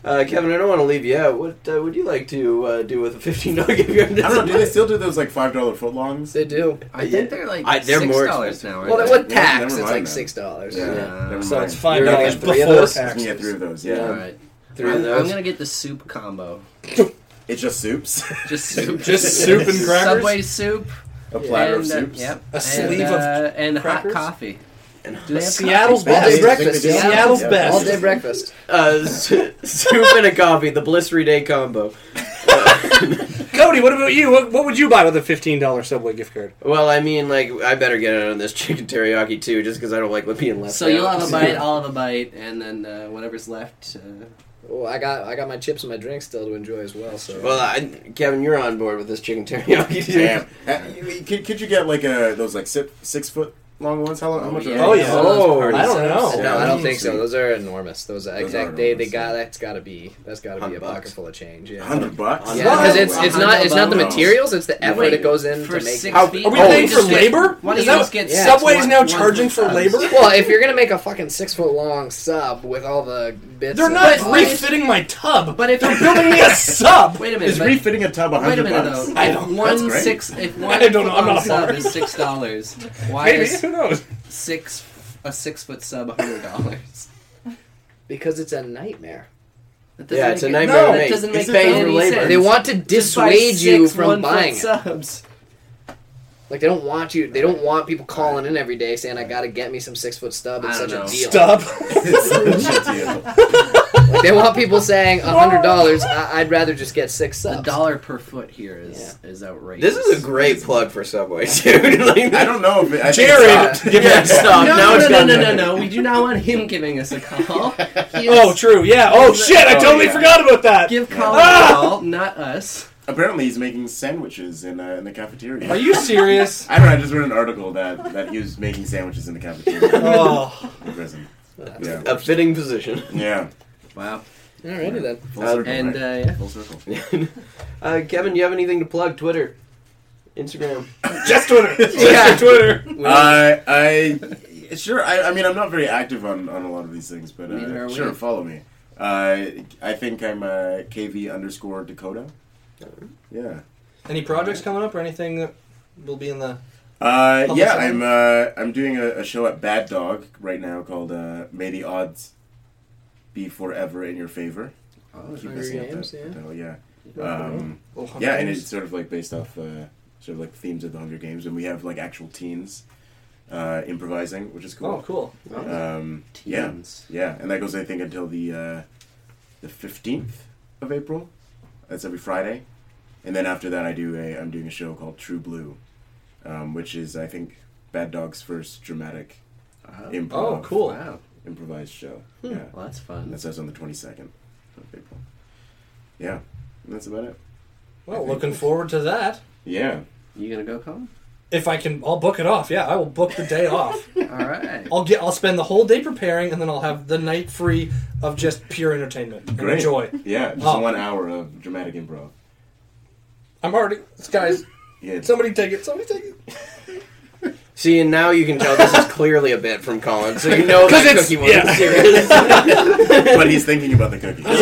Uh, Kevin, I don't want to leave you out. What uh, would you like to uh, do with a fifteen dollar gift card?
I don't know. Do they still do those like five dollar footlongs?
They do.
I think they're like
I- they're
six
more
dollars now.
Well,
aren't
with
Yeah,
tax,
never
it's
mind
like
that.
six dollars.
Yeah,
Yeah.
never
So
mind.
it's five
You're gonna
dollars
get three of
before
those?
I can get
taxes.
three of those.
they?
Yeah,
All right.
Three of
I'm- I'm
those.
gonna get the soup combo.
it's just soups.
Just soup.
Just soup and crackers.
Subway soup.
a platter
and,
of
uh,
soups.
yep.
A
and,
sleeve of
uh, and
crackers?
hot coffee.
And
Do they have
Seattle's
All
All day
best.
breakfast.
Yeah.
Seattle's
Yeah.
best.
All day breakfast.
Uh, su- soup and a coffee, the blistery day combo.
Cody, what about you? What, what would you buy with a fifteen dollar Subway gift card?
Well, I mean, like, I better get in on this chicken teriyaki too, just because I don't like being left
So
out.
you'll have a bite, I'll have a bite, and then uh, whatever's left. Uh,
Oh, I got I got my chips and my drink still to enjoy as well. So
Well, I, Kevin, you're on board with this chicken teriyaki too.
Damn. Uh, you- Could, could you get like a those like six, six foot long ones? How long? how much?
yeah.
Are
Oh, yeah.
Some of those
Oh,
party
I don't
subs.
know.
no, I don't think so.
Seriously.
Those are enormous. Those,
are
exact day they
enormous,
got
yeah.
that's got to be that's got to be a
Hundred bucks.
pocket full of change. Yeah,
Hundred bucks.
yeah, because
What?
it's it's not it's not the
Hundred bucks.
materials, it's the effort
Wait,
that goes in
for
to make.
six
it.
feet.
Are
Why
we
don't
paying
you
for
just get-
labor?
Why don't
Is
you
that-
just get six
Yeah.
Subway is
one-
now
one
charging
for
for
subs?
labor.
Well, if you're gonna make a fucking six foot long sub with all the bits,
They're
and
not
all-
refitting my tub.
But if
They're building me a sub.
Wait a minute.
Is
but-
refitting a tub a
Wait a
hundred
minute
bucks?
though.
I
If
don't-
that's
one
great.
six if one
I don't know, I'm
foot-long
not a
sub
farmer.
is six dollars, why
Maybe
is
who knows?
six a six foot sub hundred dollars?
because it's a nightmare.
Yeah, it's a nightmare
No,
to
that
make.
doesn't make
It's paying
any
for labor.
sense.
They want to
Just buy
dissuade you
six
from
one-foot
buying it.
subs.
Like they don't want you. They don't want people calling in every day saying, "I got to get me some six foot stub." It's
I don't
such a
know.
deal.
Stub.
It's such a deal.
Like, they want people saying, "A hundred dollars. I- I'd rather just get six
The
subs."
dollar per foot here is is outrageous.
This is a great plug for Subway, dude. like,
I don't know if it, I think
Jared,
it's not-
give
No,
that stop. now
no,
it's
no, no,
gone.
no, no, no. We do not want him giving us a call. He is-
Oh, true. Yeah. Oh shit! I
Oh,
totally
yeah.
forgot about that.
Give Colin
Ah!
a call, not us.
Apparently, he's making sandwiches in, uh, in the cafeteria.
Are you serious?
I don't know. I just read an article that, that he was making sandwiches in the cafeteria
oh,
in prison. Yeah.
A fitting position.
Yeah.
Wow.
Alrighty then.
Full circle,
And uh,
right?
yeah.
Full circle.
uh, Kevin, do you have anything to plug? Twitter, Instagram.
just Twitter.
Yeah.
Just Twitter.
I I sure. I, I mean, I'm not very active on, on a lot of these things, but
Neither
uh,
are
sure,
we.
follow me. Uh, I think I'm uh, KV underscore Dakota. Yeah.
Any projects coming up or anything that will be in the?
Uh,
Publish
yeah,
it.
I'm uh, I'm doing a, a show at Bad Dog right now called uh, May the Odds Be Forever in Your Favor.
Oh,
Keep
Hunger
messing up
Games,
that-
yeah.
that, yeah. Um, yeah, and it's sort of like based off uh, sort of like themes of the Hunger Games, and we have like actual teens uh, improvising, which is
oh,
cool.
cool.
Um, yeah,
Teens.
yeah, and that goes I think until the uh, the fifteenth of April. That's every Friday, and then after that I do a I'm doing a show called True Blue, um, which is I think Bad Dog's first dramatic improv.
Oh, cool.
Wow.
Improvised show.
Hmm,
Yeah,
Well, that's
And
fun.
that says on the twenty second of April. Yeah, and that's about it.
Well, looking forward to that.
Yeah,
You gonna go, Colin?
If I can, I'll book it off. Yeah, I will book the day off.
All right.
I'll get. I'll spend the whole day preparing, and then I'll have the night free of just pure entertainment and
great.
joy.
Yeah, just
Oh.
one hour of dramatic improv.
I'm already, guys.
Yeah, it's-
Somebody take it. Somebody take it.
See, and now you can tell this is clearly a bit from Colin, so you know that
it's-
cookie wasn't
yeah.
serious.
but he's thinking about the cookies.
now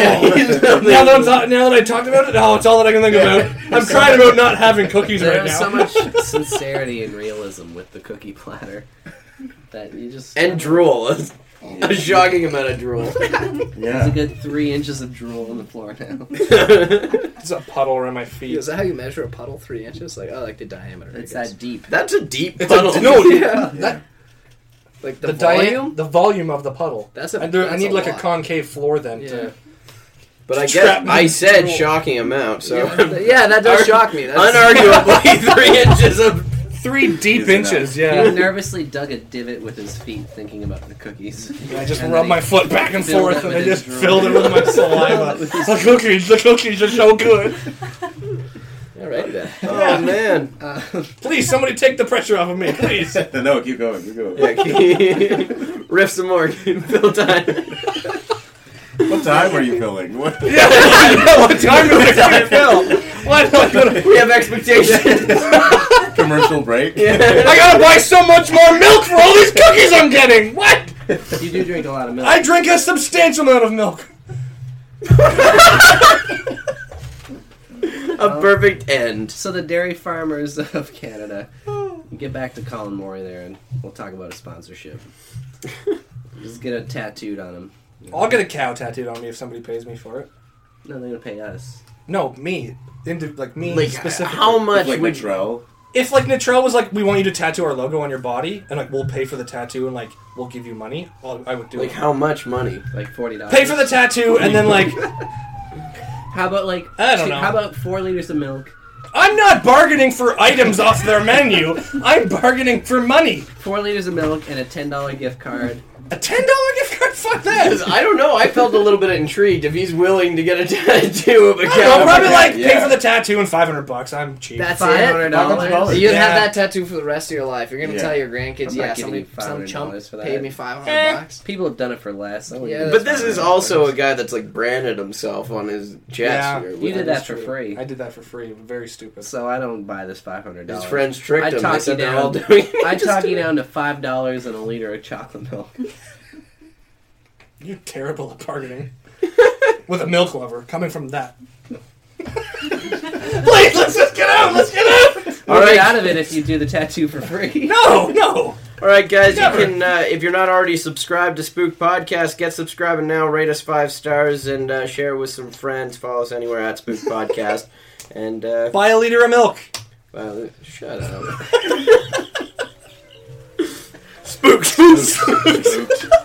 that I'm not, now that I talked about it, oh, it's all that I can think about. I'm crying about not having cookies
There
right
was
now.
so much sincerity and realism with the cookie platter that you just
and drool, a shocking amount of drool.
There's a
Yeah,
good three inches of drool on the floor now.
It's a puddle around my feet.
Is that how you measure a puddle? Three inches? Like, oh, like the diameter.
It's
I guess.
that deep.
That's a deep
It's a-
puddle.
no,
yeah.
yeah.
Like the,
the,
volume.
volume, the volume of the puddle.
That's a.
I, there- I
that's
need
a
like a
lot.
concave floor then. To,
but I
Strap
guess
me
I
to
said
drool.
shocking amount, so
Yeah, that- yeah, that does
Our-
shock me. That's,
unarguably three inches of
Three deep
Isn't that-
inches.
He
Yeah.
nervously dug a divot with his feet, thinking about the cookies.
I just
And
rubbed
then
my
he
foot back and
filled
forth,
it
and
with
I just
his
filled it
drool.
with my saliva. the cookies, the cookies are so good.
All right then.
Oh man!
Uh,
Please, somebody take the pressure off of me, please.
no, keep going, keep going.
Yeah, keep- riff some more, fill time.
What time are you filling? What?
yeah, what time do I fucking fill? Why do I gotta-
We have expectations.
Commercial break?
I gotta buy so much more milk for all these cookies I'm getting. What?
you do drink a lot of milk.
I drink a substantial amount of milk.
a perfect end.
so the dairy farmers of Canada,
Oh.
get back to Colin Mori there, and we'll talk about a sponsorship. just get a tattooed on him.
I'll get a cow tattooed on me if somebody pays me for it.
No, they're gonna pay us.
No, me. Into, like me
Like
specifically.
how much
Like
would
Latrell?
if like Natrell was like, we want you to tattoo our logo on your body, and like we'll pay for the tattoo, and like we'll give you money. I'll, I would do
like
it.
how much money?
Like forty dollars.
pay for the tattoo, and then like
How about like?
I don't
two-
know.
How about four liters of milk?
I'm not bargaining for items off their menu. I'm bargaining for money.
Four liters of milk and a ten dollar gift card.
A ten dollar gift card? Fuck that.
'Cause I don't know. I felt a little bit intrigued if he's willing to get a tattoo of a
I don't know,
cow.
probably like pay
yeah.
for the tattoo and five hundred bucks. I'm cheap.
That's it.
$500?
Yeah.
You'd have that tattoo for the rest of your life. You're gonna
Yeah.
tell your grandkids,
I'm not
yeah,
giving
some,
you $500
some chump
for that.
paid me five hundred
Eh.
bucks.
People have done it for less. Oh, I wouldn't
Yeah,
do
but
that.
this is also a guy that's like branded himself on his chest.
Yeah.
or
you did
whatever.
that for free,
I did that for free. Very stupid.
so I don't buy this five hundred
His
dollars.
friends tricked
I
him.
talked
They
you
said they're
down.
all doing. it.
I
Just
talk you
do it.
down to five dollars and a liter of chocolate milk.
You're terrible at bargaining. With a milk lover coming from that. Please, let's just get out. Let's get out.
All right,
right.
out of it if you do the tattoo for free.
No, no.
All right, guys,
Never.
you can uh, if you're not already subscribed to Spook Podcast, get subscribing now. Rate us five stars and uh, share with some friends. Follow us anywhere at Spook Podcast. and uh,
Buy a liter of milk.
wow, shut up.
Spooks.
Oops.